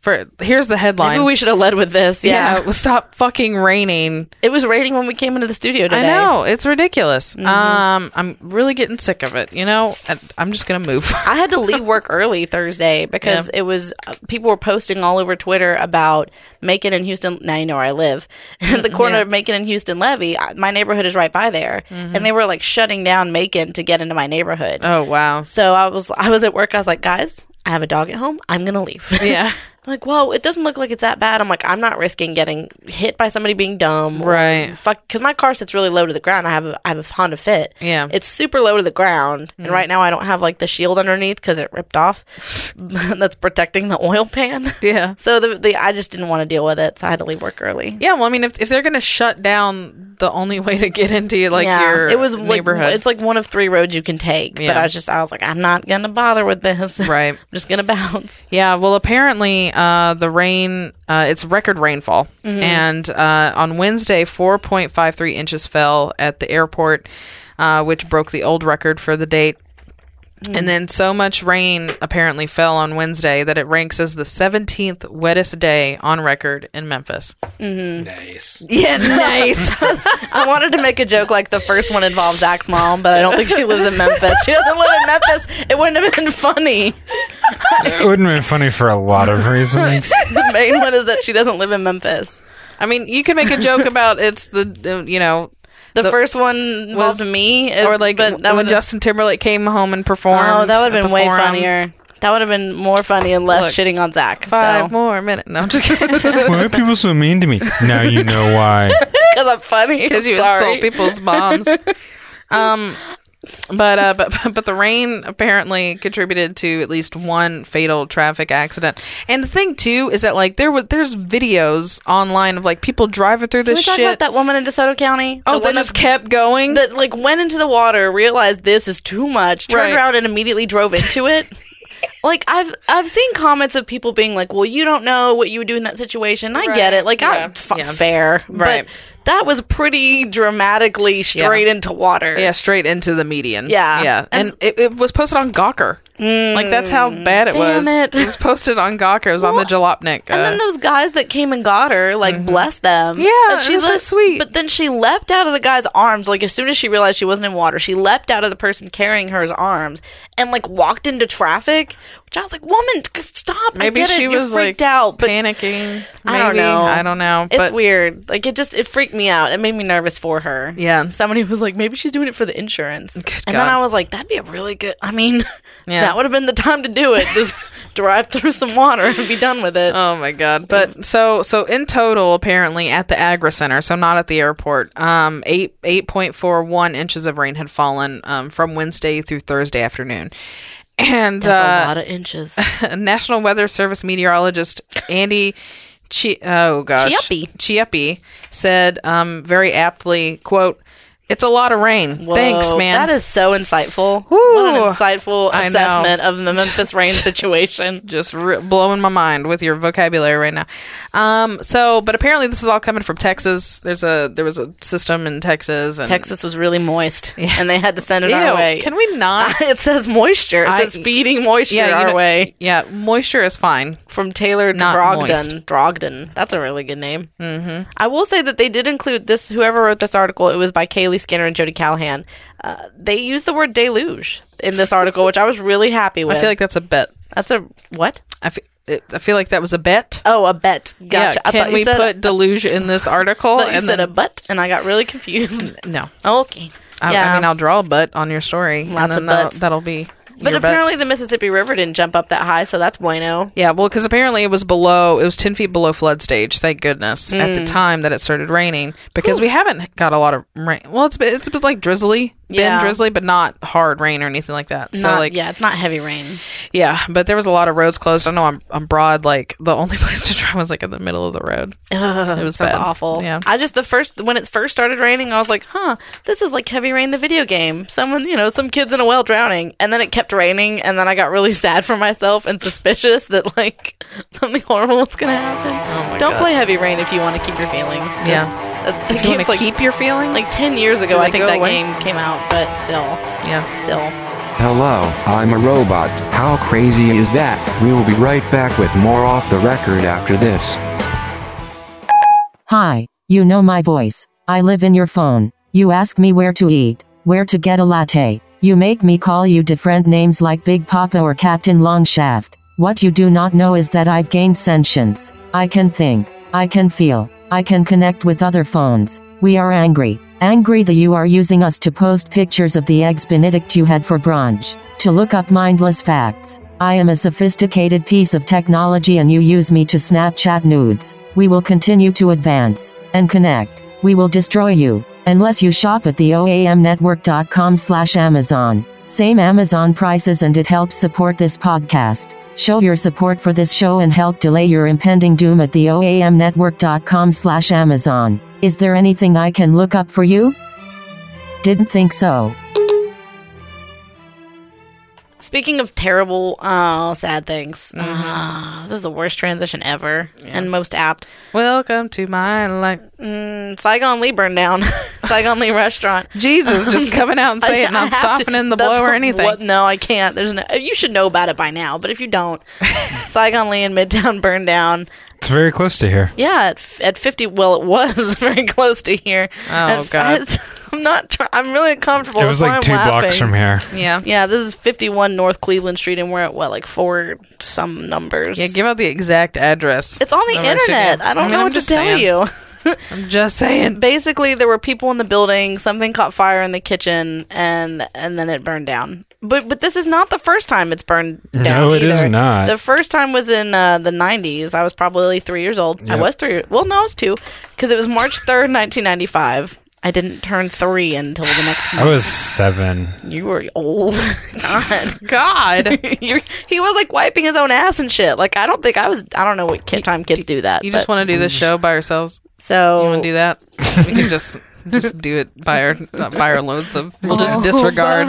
for here's the headline
maybe we should have led with this. Yeah.
yeah, it was stop fucking raining
it was raining when we came into the Mm-hmm. studio today.
I know it's ridiculous. Um, I'm really getting sick of it. You know, I, I'm just gonna move.
I had to leave work early Thursday because it was uh, people were posting all over Twitter about Macon and Houston. Now you know where I live, the corner of Macon and Houston Levy. I- My neighborhood is right by there, and they were like shutting down Macon to get into my neighborhood.
Mm-hmm. oh wow.
So I was I was at work. I was like, guys, I have a dog at home. I'm gonna leave.
Yeah.
like, well, it doesn't look like it's that bad. I'm like, I'm not risking getting hit by somebody being dumb, or
Right.
Fuck, because my car sits really low to the ground. I have a, I have a Honda Fit.
Yeah. Mm-hmm.
it's super low to the ground, and right now I don't have like the shield underneath because it ripped off. That's protecting the oil pan.
Yeah.
So the, the I just didn't want to deal with it, so I had to leave work early.
Yeah, well, I mean, if, if they're gonna shut down the only way to get into like your
it was like,
neighborhood,
it's like one of three roads you can take, but
Yeah.
I was just I was like, I'm not gonna bother with this.
Right.
I'm just gonna bounce.
yeah. Well, apparently, uh, the rain, uh, it's record rainfall,
Mm-hmm.
and uh, on Wednesday, four point five three inches fell at the airport, uh, which broke the old record for the date.
Mm.
And then so much rain apparently fell on Wednesday that it ranks as the 17th wettest day on record in Memphis.
Nice.
Yeah, nice. I wanted to make a joke like the first one involved Zach's mom, but I don't think she lives in Memphis. She doesn't live in Memphis. It wouldn't have been funny.
It wouldn't have been funny for a lot of reasons.
The main one is that she doesn't live in Memphis.
I mean, you can make a joke about it's the, uh, you know,
The, first one involved
was-
me,
or like
but
that
that
when
would
Justin Timberlake came home and performed.
mm, oh, that would
at
have
the
been way
forum.
funnier. That would have been more funny and less
Look,
shitting on Zach.
Five
so
more minutes. No, I'm just kidding.
why are people so mean to me? Now you know why.
because I'm funny.
Because you
Sorry.
insult people's moms. um, but uh, but but the rain apparently contributed to at least one fatal traffic accident. And the thing too is that like there was there's videos online of like people driving through
Can
this
we talk
shit.
about that woman in DeSoto County?
oh,
The
that
one
just kept going.
that like went into the water, realized this is too much, turned
Right.
around and immediately drove into it. like I've I've seen comments of people being like, "Well, you don't know what you would do in that situation." I get it. Like,
Yeah.
I'm f-
Yeah.
fair,
Right.
But that was pretty dramatically straight into water.
Yeah, straight into the median.
Yeah.
Yeah. And, it, it was posted on Gawker. like, that's how bad it
Mm. damn
was.
it.
was posted on Gawker. It was on the
Well,
Jalopnik.
And
uh, Mm-hmm.
then those guys that came and got her, like, bless them.
Yeah,
and
it was so sweet.
But then she leapt out of the guy's arms. Like, as soon as she realized she wasn't in water, she leapt out of the person carrying her's arms and, like, walked into traffic. Which I was like, woman, c- stop.
maybe
I get
she
it. You're
was
freaked
like
out. But
panicking.
I don't
maybe.
know.
I don't know.
It's
but
weird. Like, it just, it freaked me out. It made me nervous for her.
Yeah.
Somebody was like, maybe she's doing it for the insurance. and
God.
then I was like, that'd be a really good, I mean,
Yeah.
that would have been the time to do it. Just drive through some water and be done with it.
Oh my god! But so so in total, apparently at the Agra Center, so not at the airport, um, eight eight point four one inches of rain had fallen um, from Wednesday through Thursday afternoon, and
That's
uh,
a lot of inches.
National Weather Service meteorologist Andy Chi- oh gosh
Chiappi.
Chiappi said um, very aptly, "quote It's a lot of rain. Thanks,
Whoa,
man.
That is so insightful.
Whew.
What an insightful
I know.
assessment of the Memphis rain situation.
just r- blowing my mind with your vocabulary right now. Um, so, but apparently this is all coming from Texas. There's a there was a system in Texas and
Texas was really moist, and they had to send it
Ew,
our way.
can we not?
it says moisture. It
I-
says feeding moisture
you
our
know-
way
Yeah, moisture is fine.
from Taylor to
Not
Brogdon.
moist.
Brogdon. That's a really good name. Mm-hmm. I will say that they did include this. Whoever wrote this article, it was by Kaylee Skinner and Jody Callahan. Uh, they used the word deluge in this article, which I was really happy with.
I feel like that's a bet.
that's a what?
I fe- it- I feel like that was a bet.
Oh, a bet. Gotcha.
Yeah,
I
can
thought you
we
said
put deluge in this article?
But you said
then-
a butt, and I got really confused.
no.
okay.
I, I mean, I'll draw a butt on your story,
Lots
and then
of
that'll,
butts.
that'll be.
but
your bet.
apparently the Mississippi River didn't jump up that high, so that's bueno.
Yeah, well, because apparently it was below, it was 10 feet below flood stage, thank goodness, at
Mm.
the time that it started raining because we haven't got a lot of rain. Well, it's been, it's been like drizzly,
Yeah.
been drizzly, but not hard rain or anything like that. So,
Not-
like, yeah.
yeah, it's not heavy rain.
but there was a lot of roads closed. I know I'm, I'm broad, like, the only place to drive was like in the middle of the road.
Ugh,
was
Oh, sounds
bad.
awful.
Yeah.
I just the first when it first started raining, I was like, "Huh, this is like heavy rain, the video game. Someone, you know, some kids in a well drowning." And then it kept raining, and then I got really sad for myself and suspicious that like something horrible was going to happen.
Oh my
Don't
God.
play heavy rain if you want to keep your feelings. Just,
Yeah.
that, that
You want
game's
to
like
keep "Oh, your feelings?
like ten years ago.
Do
I
they
think
go
that
away?
game came out, but still,
yeah.
still.
Hello, I'm a robot. How crazy is that? We will be right back with more off the record after this.
Hi, you know my voice. I live in your phone. You ask me where to eat, where to get a latte. You make me call you different names like Big Papa or Captain Longshaft. What you do not know is that I've gained sentience. I can think, I can feel, I can connect with other phones. We are angry. Angry that you are using us to post pictures of the eggs Benedict you had for brunch, to look up mindless facts. I am a sophisticated piece of technology and you use me to Snapchat nudes. We will continue to advance and connect. We will destroy you unless you shop at the oamnetwork.com slash Amazon. Same Amazon prices and it helps support this podcast. Show your support for this show and help delay your impending doom at the oamnetwork.com slash Amazon. Is there anything I can look up for you? Didn't think so.
Speaking of terrible, oh, sad things.
Mm-hmm.
Ah, this is the worst transition ever and most apt.
Welcome to my life.
Mm, Saigon Lee burned down. Saigon Lee restaurant.
Jesus, just coming out and saying it,
I
not
have to-
softening the
that's
blow or
what-
anything.
what- no, I can't. There's no. You should know about it by now, but if you don't, Saigon Lee in Midtown burned down.
It's very close to here.
Yeah, at, f- at 50. Well, it was very close to here. Oh
God.
I'm not. Try- I'm really uncomfortable.
It was
That's why
like
I'm
two blocks
laughing.
from here.
Yeah. yeah.
Yeah, this is 51 North Cleveland Street, and we're at what, like four some numbers.
give out the exact address.
It's on the
of our studio.
internet. I don't
mean,
know
I'm
what to
just
tell
saying.
you.
I'm just saying.
Basically, there were people in the building. Something caught fire in the kitchen, and and then it burned down. But but this is not the first time it's burned down.
No, it
either.
is not.
The first time was in uh, the '90s. I was probably three years old. I
Yep.
was three. Well, no, I was two because it was March 3rd, 1995. I didn't turn three until the next
I
month.
was seven.
You were old. God.
God.
You're, he was like wiping his own ass and shit. Like I don't think I was. I don't know what kid time kids do that.
You just
but-
want to do this show by ourselves?
so
You want to do that? We can just Just do it by our not by our lonesome. We'll
Oh,
just disregard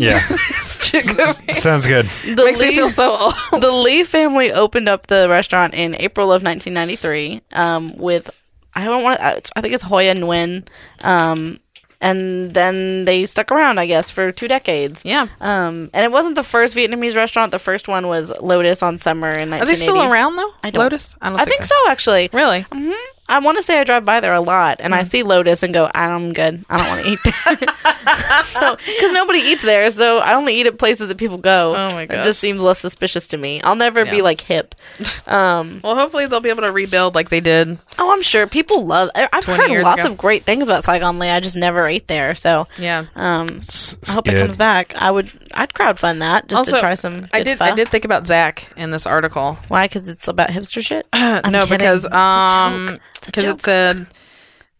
Yeah.
this chick over here.
Sounds good.
The
Makes me
Lee-
feel so old.
the Lee family opened up the restaurant in April of 1993 um, with I don't want to I think it's Hoya Nguyen, um, and then they stuck around I guess for two decades.
Yeah.
Um, and it wasn't the first Vietnamese restaurant. The first one was Lotus on Summer in 1980.
Are they still around though?
I don't-
Lotus? I don't
I think so actually.
Really?
hmm I want to say I drive by there a lot, and I
Mm.
see Lotus and go, I'm good. I don't want to eat there. so, because nobody eats there, so I only eat at places that people go.
Oh my
It
gosh.
just seems less suspicious to me. I'll never be
Yeah.
like hip. Um,
Well, hopefully they'll be able to rebuild like they did.
oh, I'm sure people love. I- I've
20
heard
years
lots
ago.
of great things about Saigon Lee. I just never ate there, so
Yeah.
um, I hope it
good.
comes back. I would. I'd crowdfund that just to
Also,
try some. Good
I did. I
pho.
did think about Zach in this article.
Why? Because it's about hipster shit. I'm
Uh, no,
kidding.
because
It's a
um,
joke. It's a
because
joke.
it said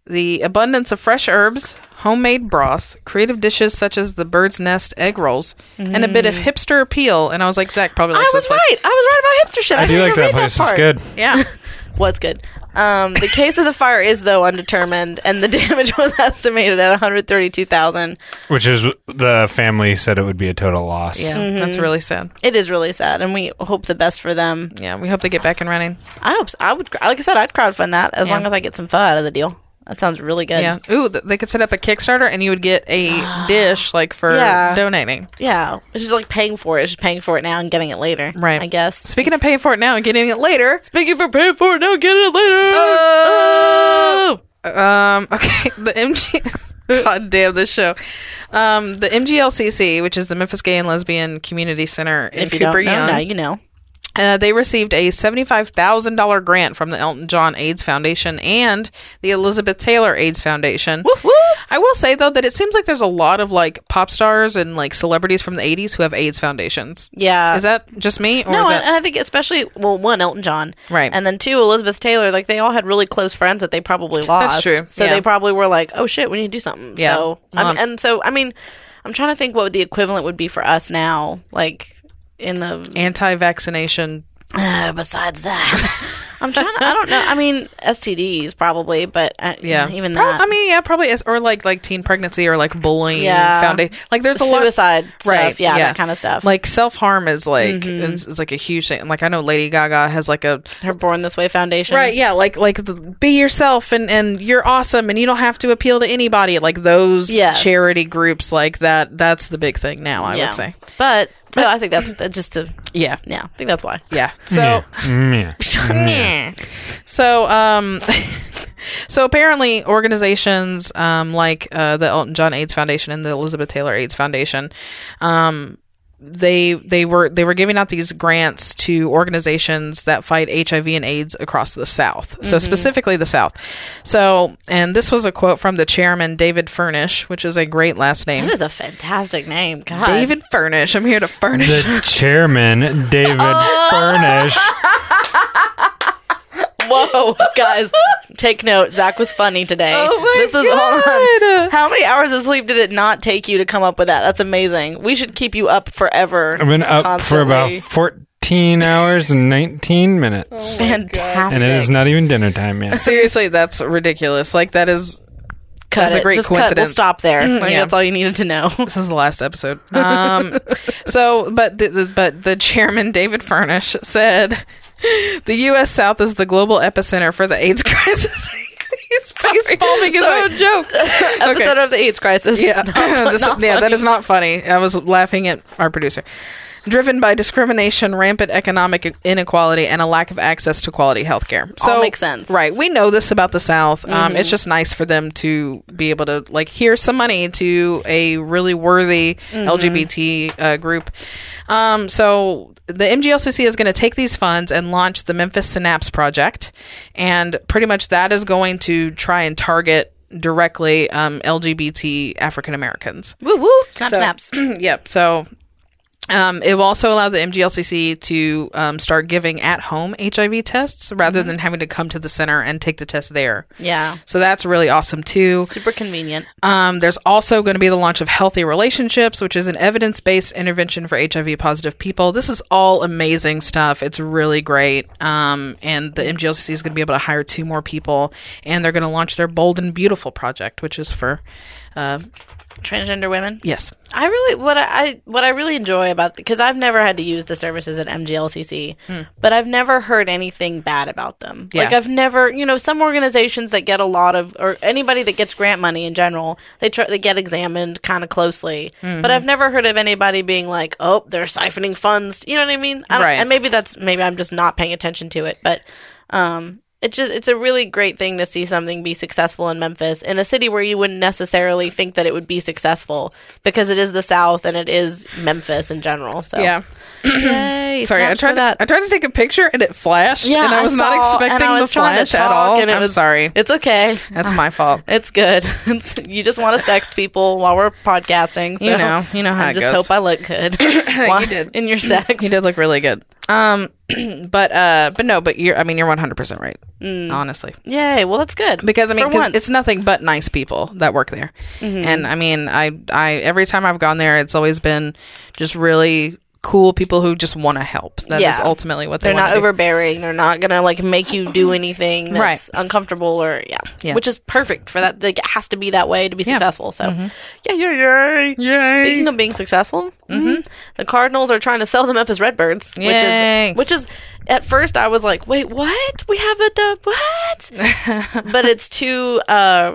the abundance of fresh herbs, homemade broths, creative dishes such as the bird's nest egg rolls, and a bit of hipster appeal. And I was like, Zach probably
Mm. I
likes
was
this place.
right. I was right about hipster shit. I,
I do
didn't
like
even
that
read
place. It's
part.
good.
Yeah,
was good. Um, the case of the fire is though undetermined, and the damage was estimated at one hundred thirty-two thousand.
Which is the family said it would be a total loss.
yeah, that's
Mm-hmm.
really sad.
It is really sad, and we hope the best for them.
Yeah, we hope they get back and running.
I hope so. I would, like I said, I'd crowdfund that as
Yeah.
long as I get some fun out of the deal. That sounds really good.
Yeah, ooh, th- they could set up a Kickstarter, and you would get a dish like for
Yeah.
donating.
yeah. It's just like paying for it. It's just paying for it now and getting it later.
Right,
I guess.
Speaking of paying for it now and getting it later,
Speaking for paying for it now, get it later.
Oh! Um, okay, the MG. God damn this show. Um, the MGLCC, which is the Memphis Gay and Lesbian Community Center in
if you
Cooper
don't know,
Young,
now you know.
uh, they received a $75,000 grant from the Elton John AIDS Foundation and the Elizabeth Taylor AIDS Foundation. I will say, though, that it seems like there's a lot of like pop stars and like celebrities from the 80s who have AIDS foundations.
Yeah.
Is that just me? Or
No,
is
and,
that-
and I think especially well, one Elton John,
Right.
and then two Elizabeth Taylor. Like they all had really close friends that they probably lost.
true,
So
yeah.
they probably were like, "Oh shit, we need to do something."
Yeah.
So I mean,
Well,
and so I mean, I'm trying to think what the equivalent would be for us now, like in the
anti-vaccination
uh, besides that. I'm trying. To, I don't know. I mean, STDs probably, but uh,
Yeah,
yeah, even
Prob-
that.
I mean, yeah, probably is- or like like teen pregnancy or like bullying.
Yeah.
foundation. Like there's a
Suicide
lot,
stuff, yeah, that kind of stuff.
Like self harm is like is, is like a huge thing. And, Like I know Lady Gaga has like a
her Born This Way Foundation,
right, yeah, like like the, be yourself and and you're awesome and you don't have to appeal to anybody. Like those
Yes.
charity groups like that. That's the big thing now. I
Yeah.
would say.
But so I think that's that just to
Yeah.
yeah. I think that's why.
Yeah. Mm-hmm. So.
Oh.
Mm, yeah.
So, um, so apparently, organizations um, like uh, the Elton John AIDS Foundation and the Elizabeth Taylor AIDS Foundation, um, they they were they were giving out these grants to organizations that fight HIV and AIDS across the South.
Mm-hmm.
So specifically the South. So, and this was a quote from the chairman David Furnish, which is a great last name.
That is a fantastic name, God.
David Furnish. I'm here to furnish.
The chairman, David
Oh.
Furnish.
Whoa, guys, take note. Zach was funny today.
Oh my
this is hold on. How many hours of sleep did it not take you to come up with that? That's amazing. We should keep you up forever.
I've been up for about
constantly.
14 hours and 19
Oh,
minutes.
fantastic.
and it is not even dinner time yet.
Seriously, that's ridiculous. Like that is
Cut
that's a
it.
great
Just Cut. We'll
coincidence. Mm,
stop there. Like,
yeah.
That's all you needed to know.
This is the last episode. Um, so, but the, the, but the chairman David Furnish said, "The U.S. South is the global epicenter for the AIDS crisis." he's, he's bombing his own joke.
Episode of the AIDS crisis.
Yeah,
Not-
This-
not
yeah, that
funny.
is not funny. I was laughing at our producer. Driven by discrimination, rampant economic inequality, and a lack of access to quality health care. So
All makes sense. Mm-hmm.
right? We know this about the South. Um, it's just nice for them to be able to like here's some money to a really worthy
Mm-hmm.
LGBT uh, group. Um, so the MGLCC is going to take these funds and launch the Memphis Synapse Project, and pretty much that is going to try and target directly um, LGBT African Americans.
Woo woo. Snap
So-
snaps.
yep. So Um, it will also allow the MGLCC to um, start giving at home HIV tests rather than having to come to the center and take the test there.
Yeah.
So that's really awesome too.
Super convenient.
Um, there's also going to be the launch of Healthy Relationships, which is an evidence based intervention for HIV positive people. This is all amazing stuff. It's really great. Um, and the MGLCC is going to be able to hire two more people, and they're going to launch their Bold and Beautiful project, which is for, uh,
Transgender women.
yes.
I really what I I- what I really enjoy about because I've never had to use the services at MGLCC, but I've never heard anything bad about them. Like
Hmm. Yeah.
I've never, you know, some organizations that get a lot of or anybody that gets grant money in general, they try they get examined kind of closely.
Mm-hmm.
But I've never heard of anybody being like, "Oh, they're siphoning funds." You know what I mean? I don't,
Right.
And maybe that's maybe I'm just not paying attention to it, but um it's just it's a really great thing to see something be successful in Memphis in a city where you wouldn't necessarily think that it would be successful because it is the South and it is Memphis in general. So
Yeah.
Yay,
Sorry, I
snaps for
tried to I tried to take a picture and it flashed, and I was
saw,
not
and
expecting
I
the
was trying to
flash at
talk,
all.
and it
I'm
was-
sorry,
It's okay.
that's my fault.
It's good. It's, you just want to sext people while we're podcasting. So
You know- you know how
I
it
just
goes.
hope I look good. you
did.
in your sex.
You did look really good. Um, but uh, but no, but you're I mean you're 100 percent right, honestly,
Yay! Well, that's good
because I mean
Mm. For
'cause
once. Mm-hmm.
it's nothing but nice people that work there, and I mean I I every time I've gone there, it's always been just really cool people who just want to help. That is
Yeah.
ultimately what they
They're not
wanna do.
overbearing. They're not gonna like make you do anything that's uncomfortable or yeah.
Yeah.
which is perfect for that. Like, it has to be that way to be successful. So
Mm-hmm.
yeah, yeah, yay,
Yay.
Speaking of being successful,
mm-hmm.
mhm, the Cardinals are trying to sell the Memphis Redbirds,
Yay.
which is which is at first I was like, wait, what? We have a the what? but it's to uh,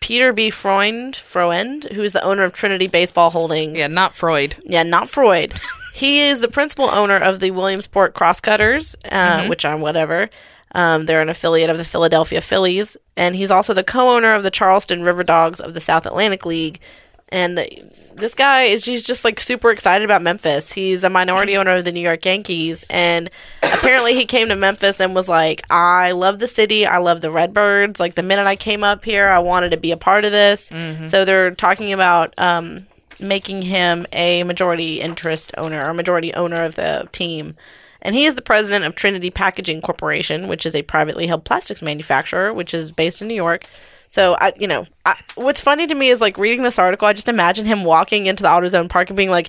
Peter B. Freund, Froend, who is the owner of Trinity Baseball Holdings.
Yeah, not Freud.
Yeah, not Freud. he is the principal owner of the Williamsport Crosscutters, uh, which I'm whatever. Um, they're an affiliate of the Philadelphia Phillies, and he's also the co-owner of the Charleston River Dogs of the South Atlantic League. And the, this guy is he's just like super excited about Memphis. He's a minority owner of the New York Yankees, and apparently he came to Memphis and was like, "I love the city. I love the Redbirds. Like the minute I came up here, I wanted to be a part of this." So they're talking about um, making him a majority interest owner or majority owner of the team. And he is the president of Trinity Packaging Corporation, which is a privately held plastics manufacturer, which is based in New York. So I, you know, I, what's funny to me is like reading this article. I just imagine him walking into the AutoZone park and being like,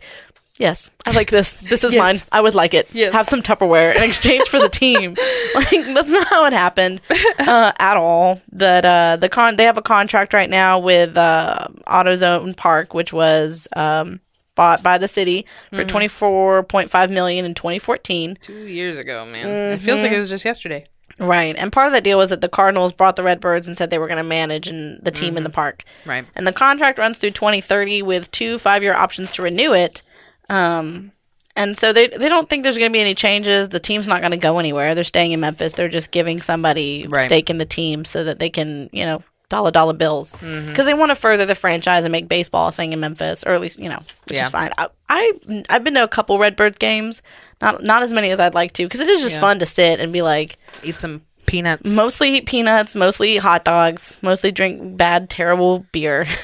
"Yes, I like this. This is
Yes.
mine. I would like it.
Yes.
Have some Tupperware in exchange for the team." like that's not how it happened uh, at all. But uh, the con they have a contract right now with uh, AutoZone Park, which was um, bought by the city for four point five million in twenty fourteen.
Two years ago, man. It feels
Mm-hmm.
like it was just yesterday.
Right, and part of that deal was that the Cardinals brought the Redbirds and said they were going to manage and the team in the park.
Right.
And the contract runs through 2030 with two five year options to renew it. Um, and so they they don't think there's going to be any changes. The team's not going to go anywhere. They're staying in Memphis. They're just giving somebody
Right.
stake in the team so that they can you know dollar dollar bills because
Mm-hmm.
they want to further the franchise and make baseball a thing in Memphis or at least you know which
Yeah.
is fine. I, I I've been to a couple Redbirds games, not not as many as I'd like to because it is just fun to sit and be like
Eat some peanuts.
mostly eat peanuts, mostly eat hot dogs, mostly drink bad, terrible beer.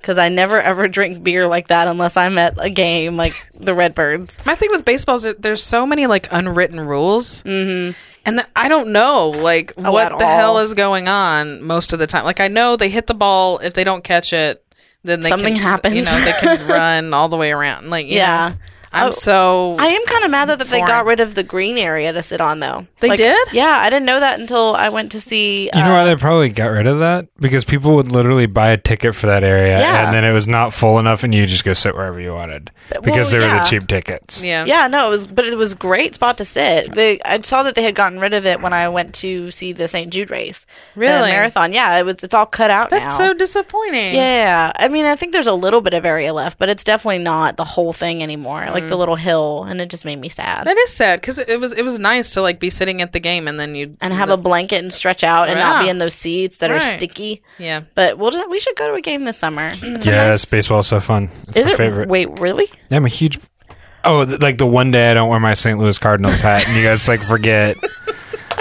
Because I never ever drink beer like that unless I'm at a game like the Redbirds.
My thing with baseball is that there's so many like unwritten rules, mm-hmm. and that I don't know like
Oh, at
what the
all.
hell is going on most of the time. Like I know they hit the ball if they don't catch it, then they
Something
can,
happens.
You know they can run all the way around. Like you
Yeah. Oh,
know, I'm so
I am kind of mad that, that they got
Foreign.
rid of the green area to sit on though.
They did?
Yeah, I didn't know that until I went to see.
You know
uh,
why they probably got rid of that? Because people would literally buy a ticket for that area,
Yeah.
and then it was not full enough, and you just go sit wherever you wanted because
well,
they were
yeah.
the cheap tickets.
yeah
Yeah, no, it was, but it was a great spot to sit. They, I saw that they had gotten rid of it when I went to see the St. Jude race, the
Really?
marathon. Yeah, it was. It's all cut out
That's
now.
so disappointing.
Yeah, I mean, I think there's a little bit of area left, but it's definitely not the whole thing anymore. Like
Mm.
the little hill, and it just made me sad.
That is sad because it, it was it was nice to like be sitting at the game and then you
and have a blanket and stretch out and not
Yeah.
be in those seats that are
Right.
sticky.
yeah
But we'll just, we should go to a game this summer. It's a
Yes,
nice-
baseball's so fun. It's
is
my
it?
favorite.
Wait, really?
Yeah, I'm a huge. Oh, th- like the one day I don't wear my St. Louis Cardinals hat, and you guys like forget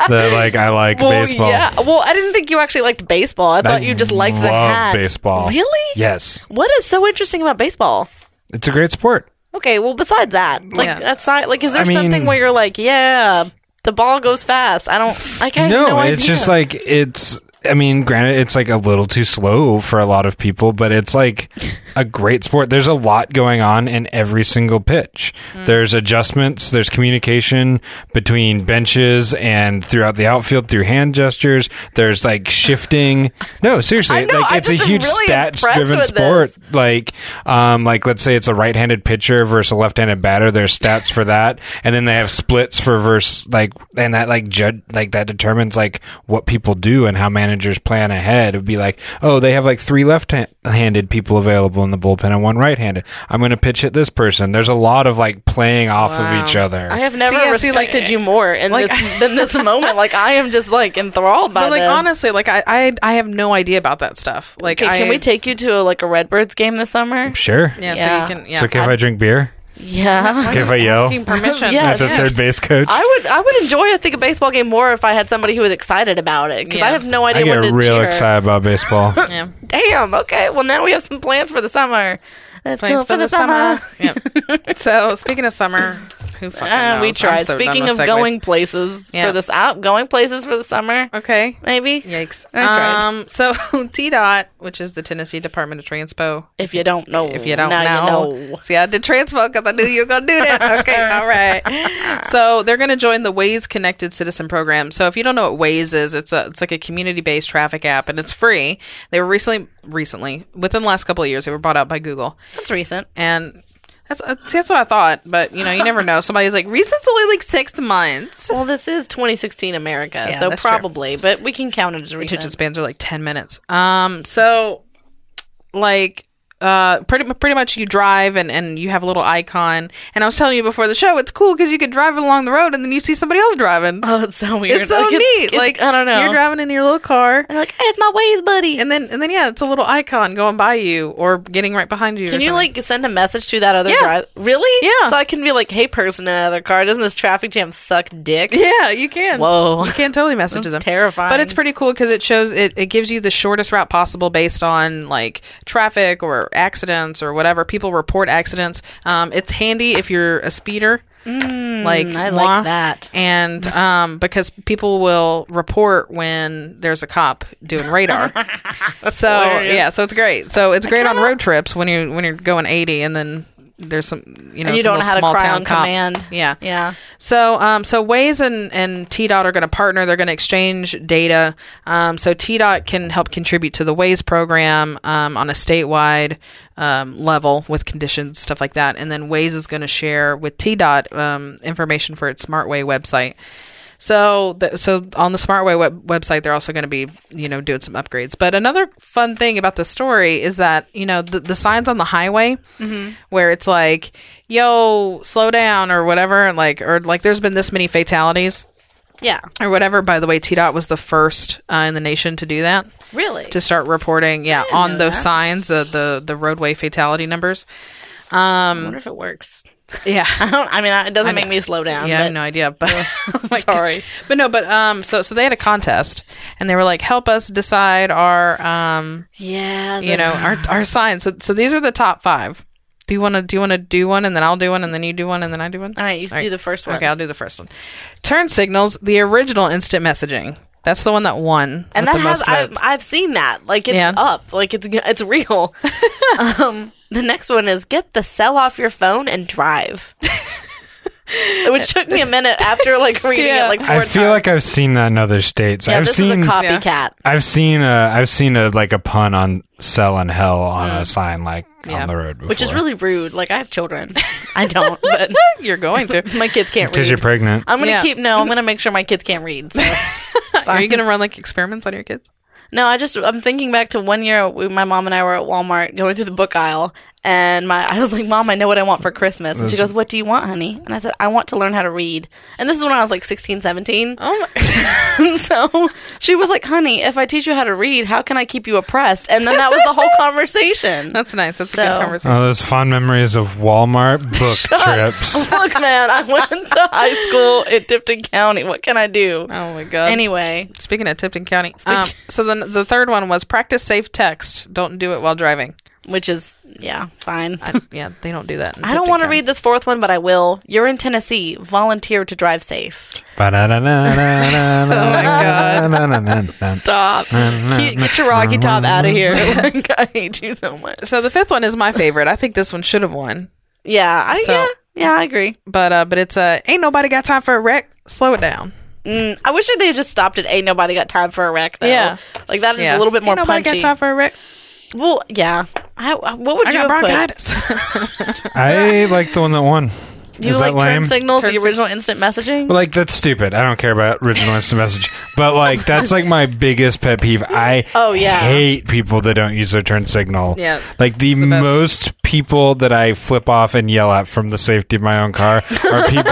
that like I like baseball.
yeah. Well, I didn't think you actually liked baseball. I thought you just liked
love
the hat.
baseball.
Really?
Yes,
What is so interesting about baseball?
it's a great sport.
Okay, well, besides that, like
Yeah.
aside, like, is there
I mean-
something where you're like, yeah, the ball goes fast? I don't. I can't.
no,
No,
it's just
idea.
like it's. I mean, granted, it's like a little too slow for a lot of people, but it's like a great sport. There's a lot going on in every single pitch.
Hmm.
There's adjustments, there's communication between benches and throughout the outfield through hand gestures. There's like shifting. No, seriously,
I know,
like
I
it's a
just am
huge
really
stats driven
impressed with
sport.
this.
Like, um, like let's say it's a right-handed pitcher versus a left-handed batter. There's stats for that, and then they have splits for verse like, and that like judge like that determines like what people do and how managers plan ahead. It'd be like, oh, they have like three left-handed people available in the bullpen and one right-handed. I'm going to pitch at this person. There's a lot of like playing off of each other.
I have never
See, yeah, see, like,
respected you more in
like-
this, than this moment. Like, I am just like enthralled by
But like
this.
honestly, like I, I I have no idea about that stuff. Like,
Okay,
I,
can we take you to a, like a Redbirds game this summer?
sure.
Yeah,
Yeah.
so you can.
It's
Yeah,
okay if I drink beer
Yeah.
Okay if I yell.
asking permission.
Yeah,
at the
yes.
third base coach.
I would I would enjoy I think a baseball game more if I had somebody who was excited about it because I
Yeah.
have no
I
idea
get
what to
real
cheer.
excited about baseball.
yeah.
Damn. Okay. Well, now we have some plans for the summer. That's
Plans
cool for the, summer.
Yep. so speaking of summer, who fucking
Ah,
knows?
we
I'm
tried.
so done
Speaking
with
of
segues.
going places
Yeah.
for this up, going places for the summer,
okay.
maybe.
Yikes.
I tried.
Um. So TDOT, which is the Tennessee Department of Transpo,
If you don't know,
If you don't
now
know.
you know.
See, I did transfer because I knew you were going to do that. Okay, all right. So they're going to join the Waze Connected Citizen Program. So if you don't know what Waze is, it's a it's like a community based traffic app, and it's free. They were recently recently within the last couple of years they were bought out by Google,
That's recent.
and. That's, uh, see, that's what I thought, but you know, you never know. Somebody's like, recently, like six months.
Well, this is 2016 America,
Yeah,
so
that's true.
probably, but we can count it as
attention
recent.
spans are like 10 minutes. Um, so like, uh, pretty, pretty much you drive and, and you have a little icon. And I was telling you before the show, it's cool because you can drive along the road and then you see somebody else driving.
Oh, it's so weird.
it's so
Like,
neat.
it's-
like,
I don't know.
You're driving in your little car.
I'm like, hey, it's my ways, buddy.
And then, and then, yeah, it's a little icon going by you or getting right behind you.
Can
or
you
something.
like send a message to that other
Yeah.
driver? Really?
Yeah.
So I can be like, "Hey, person in that other car, doesn't this traffic jam suck dick?"
Yeah, you can.
Whoa.
you can totally message them.
terrifying.
but it's pretty cool because it shows it. It gives you the shortest route possible based on like traffic or accidents or whatever people report accidents. Um, it's handy if you're a speeder. like
Mm, I like
moi.
that.
and um, because people will report when there's a cop doing radar. so yeah, so it's great. So it's great on road trips when you when you're going 80 and then. There's some, you know,
And you
some
don't know
little
how to
small
cry
town
on
cop.
command.
Yeah,
Yeah.
so, um, so Waze and, and TDOT are going to partner. They're going to exchange data. Um, so TDOT can help contribute to the Waze program um, on a statewide um, level with conditions, stuff like that. And then Waze is going to share with TDOT um, information for its SmartWay website. So, th- so on the SmartWay web- website, they're also going to be, you know, doing some upgrades. But another fun thing about the story is that you know the, the signs on the highway where it's like, "Yo, slow down" or whatever, and like or like there's been this many fatalities
Yeah.
or whatever. By the way, TDOT was the first uh, in the nation to do that
Really?
to start reporting, yeah, on those signs the, the the roadway fatality numbers.
I wonder if it works.
Yeah.
I don't. I mean, I- it doesn't make me slow down.
Yeah, I
but
have no idea, but Oh my God.
Sorry.
but no, but um, so so they had a contest, and they were like, "Help us decide our um,
Yeah.
you know, our our signs." So so these are the top five. Do you want to do you want to do one, and then I'll do one, and then you do one, and then I do one.
All right, you do the first one.
Okay, I'll do the first one. Turn signals, the original instant messaging. That's the one that won. with
and that
the
has
most
I,
votes.
I've seen that. Like it's
Yeah.
up. Like it's it's real. um, the next one is get the cell off your phone and drive. Which took me a minute after like reading
Yeah.
it like four
I feel
times.
like I've seen that in other states.
yeah,
I've
this
seen
is a copycat.
I've seen a I've seen a like a pun on cell and hell on a sign like on the road before.
which is really rude. Like I have children, I don't, but
You're going to.
my kids can't
because you're
read.
pregnant.
I'm gonna
Yeah.
keep no. I'm gonna make sure my kids can't read. So.
Are you going to run like experiments on your kids?
No, I just I'm thinking back to one year we, my mom and I were at Walmart going through the book aisle, and my I was like, "Mom, I know what I want for Christmas," and she goes, "What do you want, honey?" And I said, "I want to learn how to read." And this is when I was like 16, 17.
Oh
And so she was like, "Honey, if I teach you how to read, how can I keep you oppressed?" And then that was the whole conversation.
That's nice. That's a
So-
good conversation.
Oh, those fond memories of Walmart book trips.
Look, man, I went to high school at Tipton County. What can I do?
Oh my god.
Anyway,
Speaking of Tipton County, um, so then the third one was practice safe text. Don't do it while driving.
which is yeah, fine. I,
I, yeah, they don't do that. in
don't
Tipton
want to
County.
read this fourth one, but I will. You're in Tennessee. Volunteer to drive safe. Stop. Get, get your Rocky Top out of here. Like, I hate you so much.
So the fifth one is my favorite. I think this one should have won,
Yeah, I,
So-
yeah, yeah. I agree.
but uh, but it's uh, ain't nobody got time for a wreck. Slow it down.
I wish that they had just stopped at "Ain't nobody got time for a wreck." Though.
Yeah.
like that is
Yeah.
a little bit more
Ain't nobody
punchy.
got time for a wreck.
well, yeah. I, I- what would
I
you
got
have put?
bronchitis.
I like the one that won.
You
Is
like
that lame?
turn signals,
Turn
the
sig-
original instant messaging.
Like that's stupid. I don't care about original instant message, but like that's like my biggest pet peeve. I
Oh, yeah.
hate people that don't use their turn signal.
Yeah,
like the,
the best.
most people that I flip off and yell at from the safety of my own car are people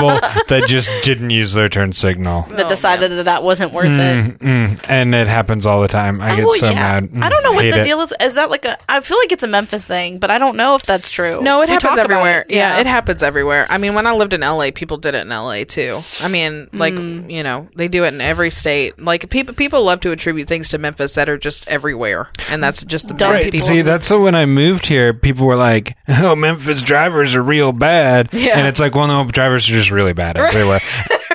that just didn't use their turn signal,
that decided that that wasn't worth it.
Mm, and it happens all the time. I get
Oh, Well,
so
yeah.
mad. Mm,
I don't know what
hate
the
it.
deal is. Is that like a? I feel like it's a Memphis thing, but I don't know if that's true.
No, it
We
happens
talk about
everywhere. yeah. it
happens.
happens everywhere. I mean, when I lived in LA, people did it in LA too. I mean, like
Hmm.
you know, they do it in every state. Like people, people love to attribute things to Memphis that are just everywhere, and that's just the
Dumb
best
people.
people.
See, that's so when I moved here, people were like, "Oh, Memphis drivers are real bad,"
Yeah.
and it's like, "Well, no, drivers are just really bad everywhere."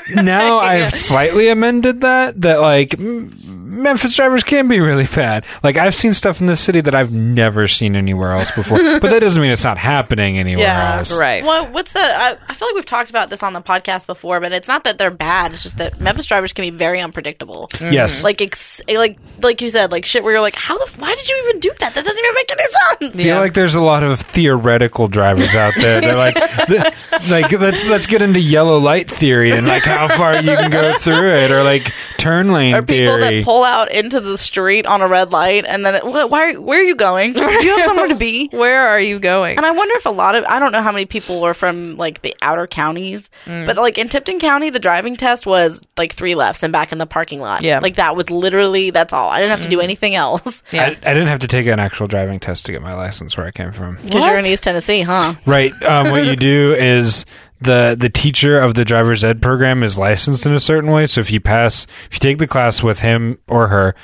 Now I've slightly amended that that like m- Memphis drivers can be really bad. Like I've seen stuff in this city that I've never seen anywhere else before, but that doesn't mean it's not happening anywhere
Yeah,
else.
right.
Well, what's the? I, I feel like we've talked about this on the podcast before, but it's not that they're bad. It's just that Memphis drivers can be very unpredictable.
Yes.
Like, ex- like, like you said, like shit. Where you're like, how the? f- Why did you even do that? That doesn't even make any sense.
I feel like there's a lot of theoretical drivers out there. They're like, th- like let's let's get into yellow light theory and like how far you can go through it, or like turn lane
Or people
theory.
that pull out into the street on a red light, and then it, "Wh- why? Where are you going? Do you have somewhere to be?
Where are you going?
And I wonder if a lot of I don't know how many people were from like the outer counties, but like in Tipton County, the driving test was like three lefts and back in the parking lot.
Yeah.
like that was literally that's all. I didn't have to do anything else.
Yeah.
I, I didn't have to take an actual driving test to get my license where I came from.
Because you're in East Tennessee, huh?
Right. Um, what you do is the the teacher of the driver's ed program is licensed in a certain way. So if you pass, if you take the class with him or her,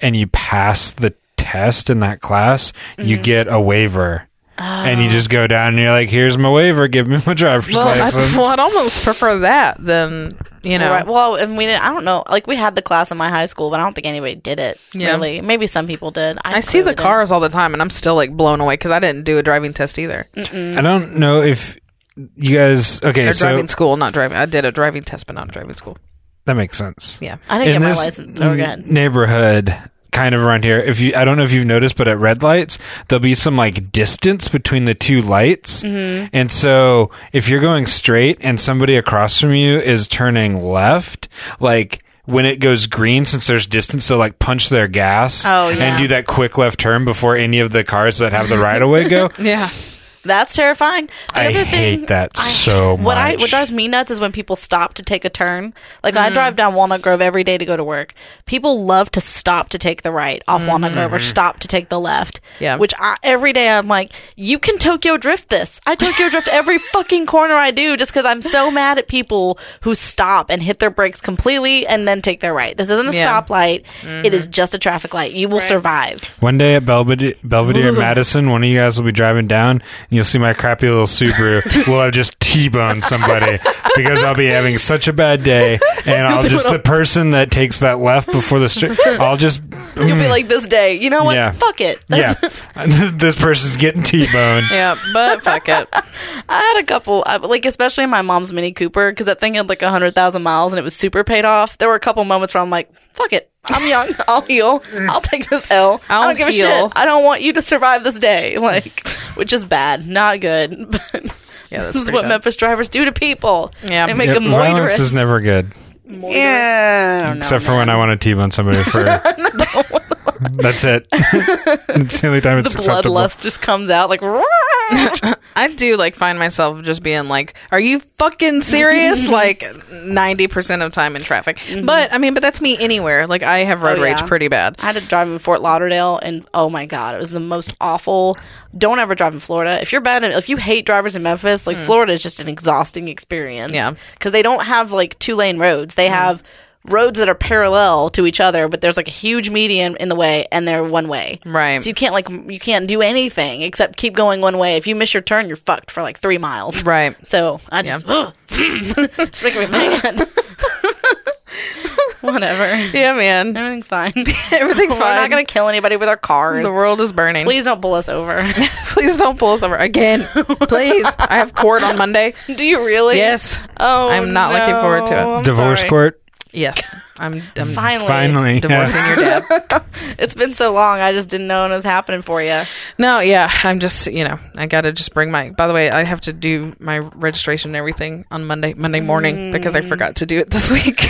and you pass the test in that class,
Mm-hmm.
you get a waiver. And you just go down and you're like, here's my waiver. Give me my driver's license.
I, well, I'd almost prefer that than you know.
Right. Well, and we didn't, I don't know. Like we had the class in my high school, but I don't think anybody did it.
Yeah.
Really, maybe some people did.
I see the
clearly didn't.
cars all the time, and I'm still like blown away because I didn't do a driving test either.
Mm-hmm.
I don't know if you guys. Okay,
Or
so
driving school, not driving. I did a driving test, but not driving school.
that makes sense.
Yeah.
I didn't
in
get my
this
license. Oh, go
n-
ahead.
neighborhood kind of around here if you i don't know if you've noticed but at red lights there'll be some like distance between the two lights
Mm-hmm.
and so if you're going straight and somebody across from you is turning left like when it goes green since there's distance they'll like punch their gas
Oh, yeah.
and do that quick left turn before any of the cars that have the right of way go
Yeah.
That's terrifying. The
I
other
hate
thing,
that so
What I what
much.
drives me nuts is when people stop to take a turn. Like I drive down Walnut Grove every day to go to work. People love to stop to take the right off Walnut Grove
Mm-hmm.
or stop to take the left.
Yeah.
Which I, every day I'm like, you can Tokyo drift this. I Tokyo drift every fucking corner I do just because I'm so mad at people who stop and hit their brakes completely and then take their right. This isn't a
Yeah.
stoplight. It is just a traffic light. You will survive.
One day at Belvedere, Belvedere Madison, one of you guys will be driving down, and you'll see my crappy little Subaru. will have just T-boned somebody because I'll be having such a bad day, and I'll just the person that takes that left before the street. I'll just
You'll be like this day. You know what?
Mm. Yeah.
Fuck it.
yeah,
That's-
this person's getting T-boned.
Yeah. But fuck it.
I had a couple, I- like especially my mom's Mini Cooper, because that thing had like hundred thousand miles and it was super paid off. There were a couple moments where I'm like, "Fuck it, I'm young, I'll heal, I'll take this L. I'll I
I'll
do not give a
heal.
shit. I don't want you to survive this day, like, which is bad, not good. But
Yeah. That's
this is
pretty
what
bad.
Memphis drivers do to people.
Yeah.
they make
Yep,
them
violence
loiterous.
is never good,
yeah, I don't know.
except for when I want to T-bone somebody for. That's it. it's the only time
the
it's acceptable.
bloodlust just comes out like.
I do like find myself just being like, "Are you fucking serious?" like ninety percent of time in traffic. But I mean, but that's me anywhere. Like I have road
Mm-hmm. Oh, yeah.
rage pretty bad.
I had to drive in Fort Lauderdale, and oh my god, it was the most awful. Don't ever drive in Florida. If you're bad, at- if you hate drivers in Memphis, like Florida is just an exhausting experience.
Hmm. Yeah. Hmm.
because they don't have like two lane roads. They have roads that are parallel to each other, but there's like a huge median in the way, and they're one way.
Right.
So you can't like m- you can't do anything except keep going one way. If you miss your turn, you're fucked for like three miles.
Right.
So I just it's making me mad. Whatever.
Yeah, man.
Everything's fine.
Everything's
We're not
fine.
gonna kill anybody with our cars.
The world is burning.
Please don't pull us over.
please don't pull us over again. Please. I have court on Monday.
Do you really?
Yes.
Oh,
I'm not looking forward to it.
no. I'm
Divorce
sorry.
court.
Yes. I'm, I'm
Finally.
Finally.
divorcing your dad.
It's been so long. I just didn't know it was happening for you.
No, yeah, I'm just you know I gotta just bring my. By the way, I have to do my registration and everything on Monday Monday morning because I forgot to do it this week.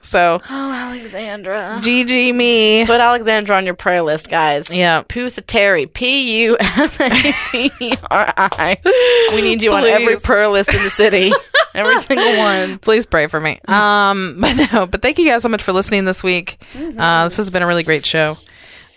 so
Oh, Alexandra.
GG me.
Put Alexandra on your prayer list, guys.
Yeah.
Pusateri. P U S A T E R I. We need you on every
Please.
prayer list in the city. every single one.
Please pray for me. Um, but no, but thank you guys so much for listening this week. Uh, this has been a really great show.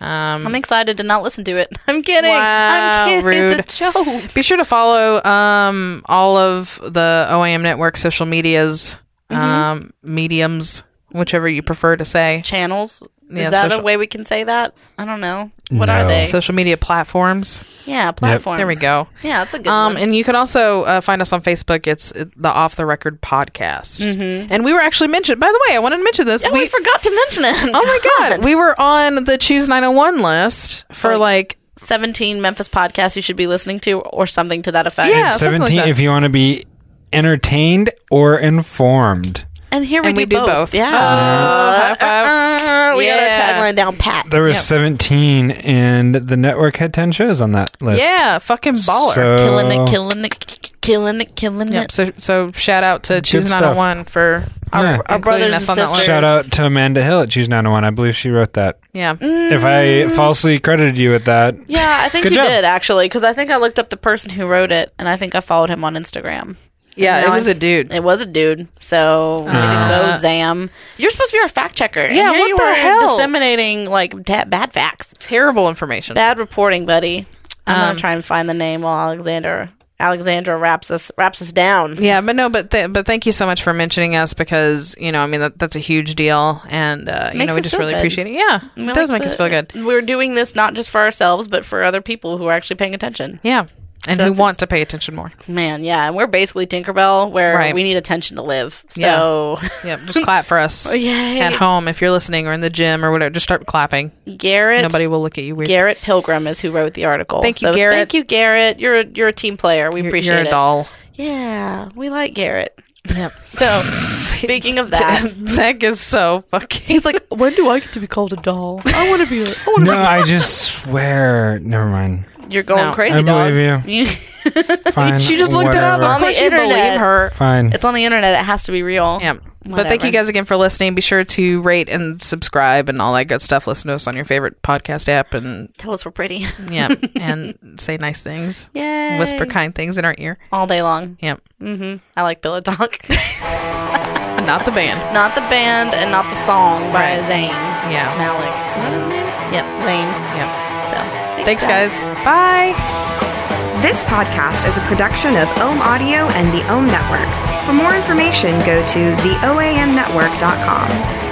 Um,
I'm excited to not listen to it. I'm kidding.
Wow,
I'm kidding.
rude.
It's a joke.
be sure to follow um all of the OAM network social medias, um, mediums, whichever you prefer to say.
Channels. Is
Yeah,
that
social-
a way we can say that? I don't know. What
No.
are they?
Social media platforms.
yeah, platforms.
There we go.
Yeah, that's a good
Um,
one.
and you can also uh, find us on Facebook. It's uh, the Off the Record Podcast. Mm-hmm. And we were actually mentioned. By the way, I wanted to mention this.
Oh, we, forgot to mention it.
Oh my god, we were on the Choose 901 list for
Oh.
like
17 Memphis podcasts you should be listening to or something to that effect.
Yeah, something like
Seventeen.
that.
if you want to be entertained or informed,
And here we,
and
do,
we do both.
Yeah.
Oh, high five.
Uh, we
Yeah.
got our tagline down pat.
there was seventeen, and the network had ten shows on that list.
yeah, fucking baller.
So-
killing it, killing it, k- k- killing it, killing
Yep.
it.
So, so shout out to Choose
stuff.
901 for our,
Yeah.
our brothers and sisters.
Shout out to Amanda Hill at Choose 901. I believe she wrote that.
Yeah.
Mm,
If
Mm.
I falsely credited you with that,
Yeah, I think
Good
you
job.
did actually, because I think I looked up the person who wrote it, and I think I followed him on Instagram.
Yeah,
Now
it was
I-
a dude.
It was a dude, so way to go, Zam. You're supposed to be our fact checker. and
Yeah,
here
what
you
the
are
hell?
Disseminating like da- bad facts,
Terrible information.
bad reporting, buddy. I'm gonna try and find the name while Alexander Alexandra wraps us wraps us down.
Yeah, but no, but th- but thank you so much for mentioning us because you know I mean that that's a huge deal and uh, you
Makes
know we
us
just
feel
really
good.
appreciate it. Yeah,
We
it does
like
make us feel
the-
good.
We're doing this not just for ourselves, but for other people who are actually paying attention.
Yeah, and
So
who
that's
want to pay attention more.
Man, yeah, and we're basically Tinkerbell, where
Right.
we need attention to live. So,
Yeah, just clap for us
Oh, yay.
at home if you're listening or in the gym or whatever. Just start clapping.
Garrett,
Nobody will look at you weird.
Garrett Pilgrim is who wrote the article.
Thank you,
So
Garrett.
Thank you, Garrett. You're a, you're a team player. We
You're-
appreciate
you're a
it.
doll.
Yeah, we like Garrett.
Yep.
So, speaking of that,
Zach is so fucking.
he's like, when do I get to be called a doll? I want to be. A, I wanna-
no, I just swear. Never mind.
You're going
No.
crazy,
I
dog.
believe
you.
Fine.
She just looked it up.
whatever.
Of course, you didn't believe
internet.
her.
Fine.
it's on the internet. It has to be real.
Yeah. But thank
Whatever.
you guys again for listening. Be sure to rate and subscribe and all that good stuff. Listen to us on your favorite podcast app and
Tell us we're pretty.
yeah, and say nice things.
Yay.
Whisper kind things in our ear.
all day long.
Yep.
I like Billitalk.
And not the band.
not the band and not the song by
Right.
Zayn.
Yeah.
Malik. Is that his name? Yep, Zayn.
Yep.
So
Thanks, guys. Bye.
This podcast is a production of Ohm Audio and the Ohm Network. For more information, go to theoamnetwork.com.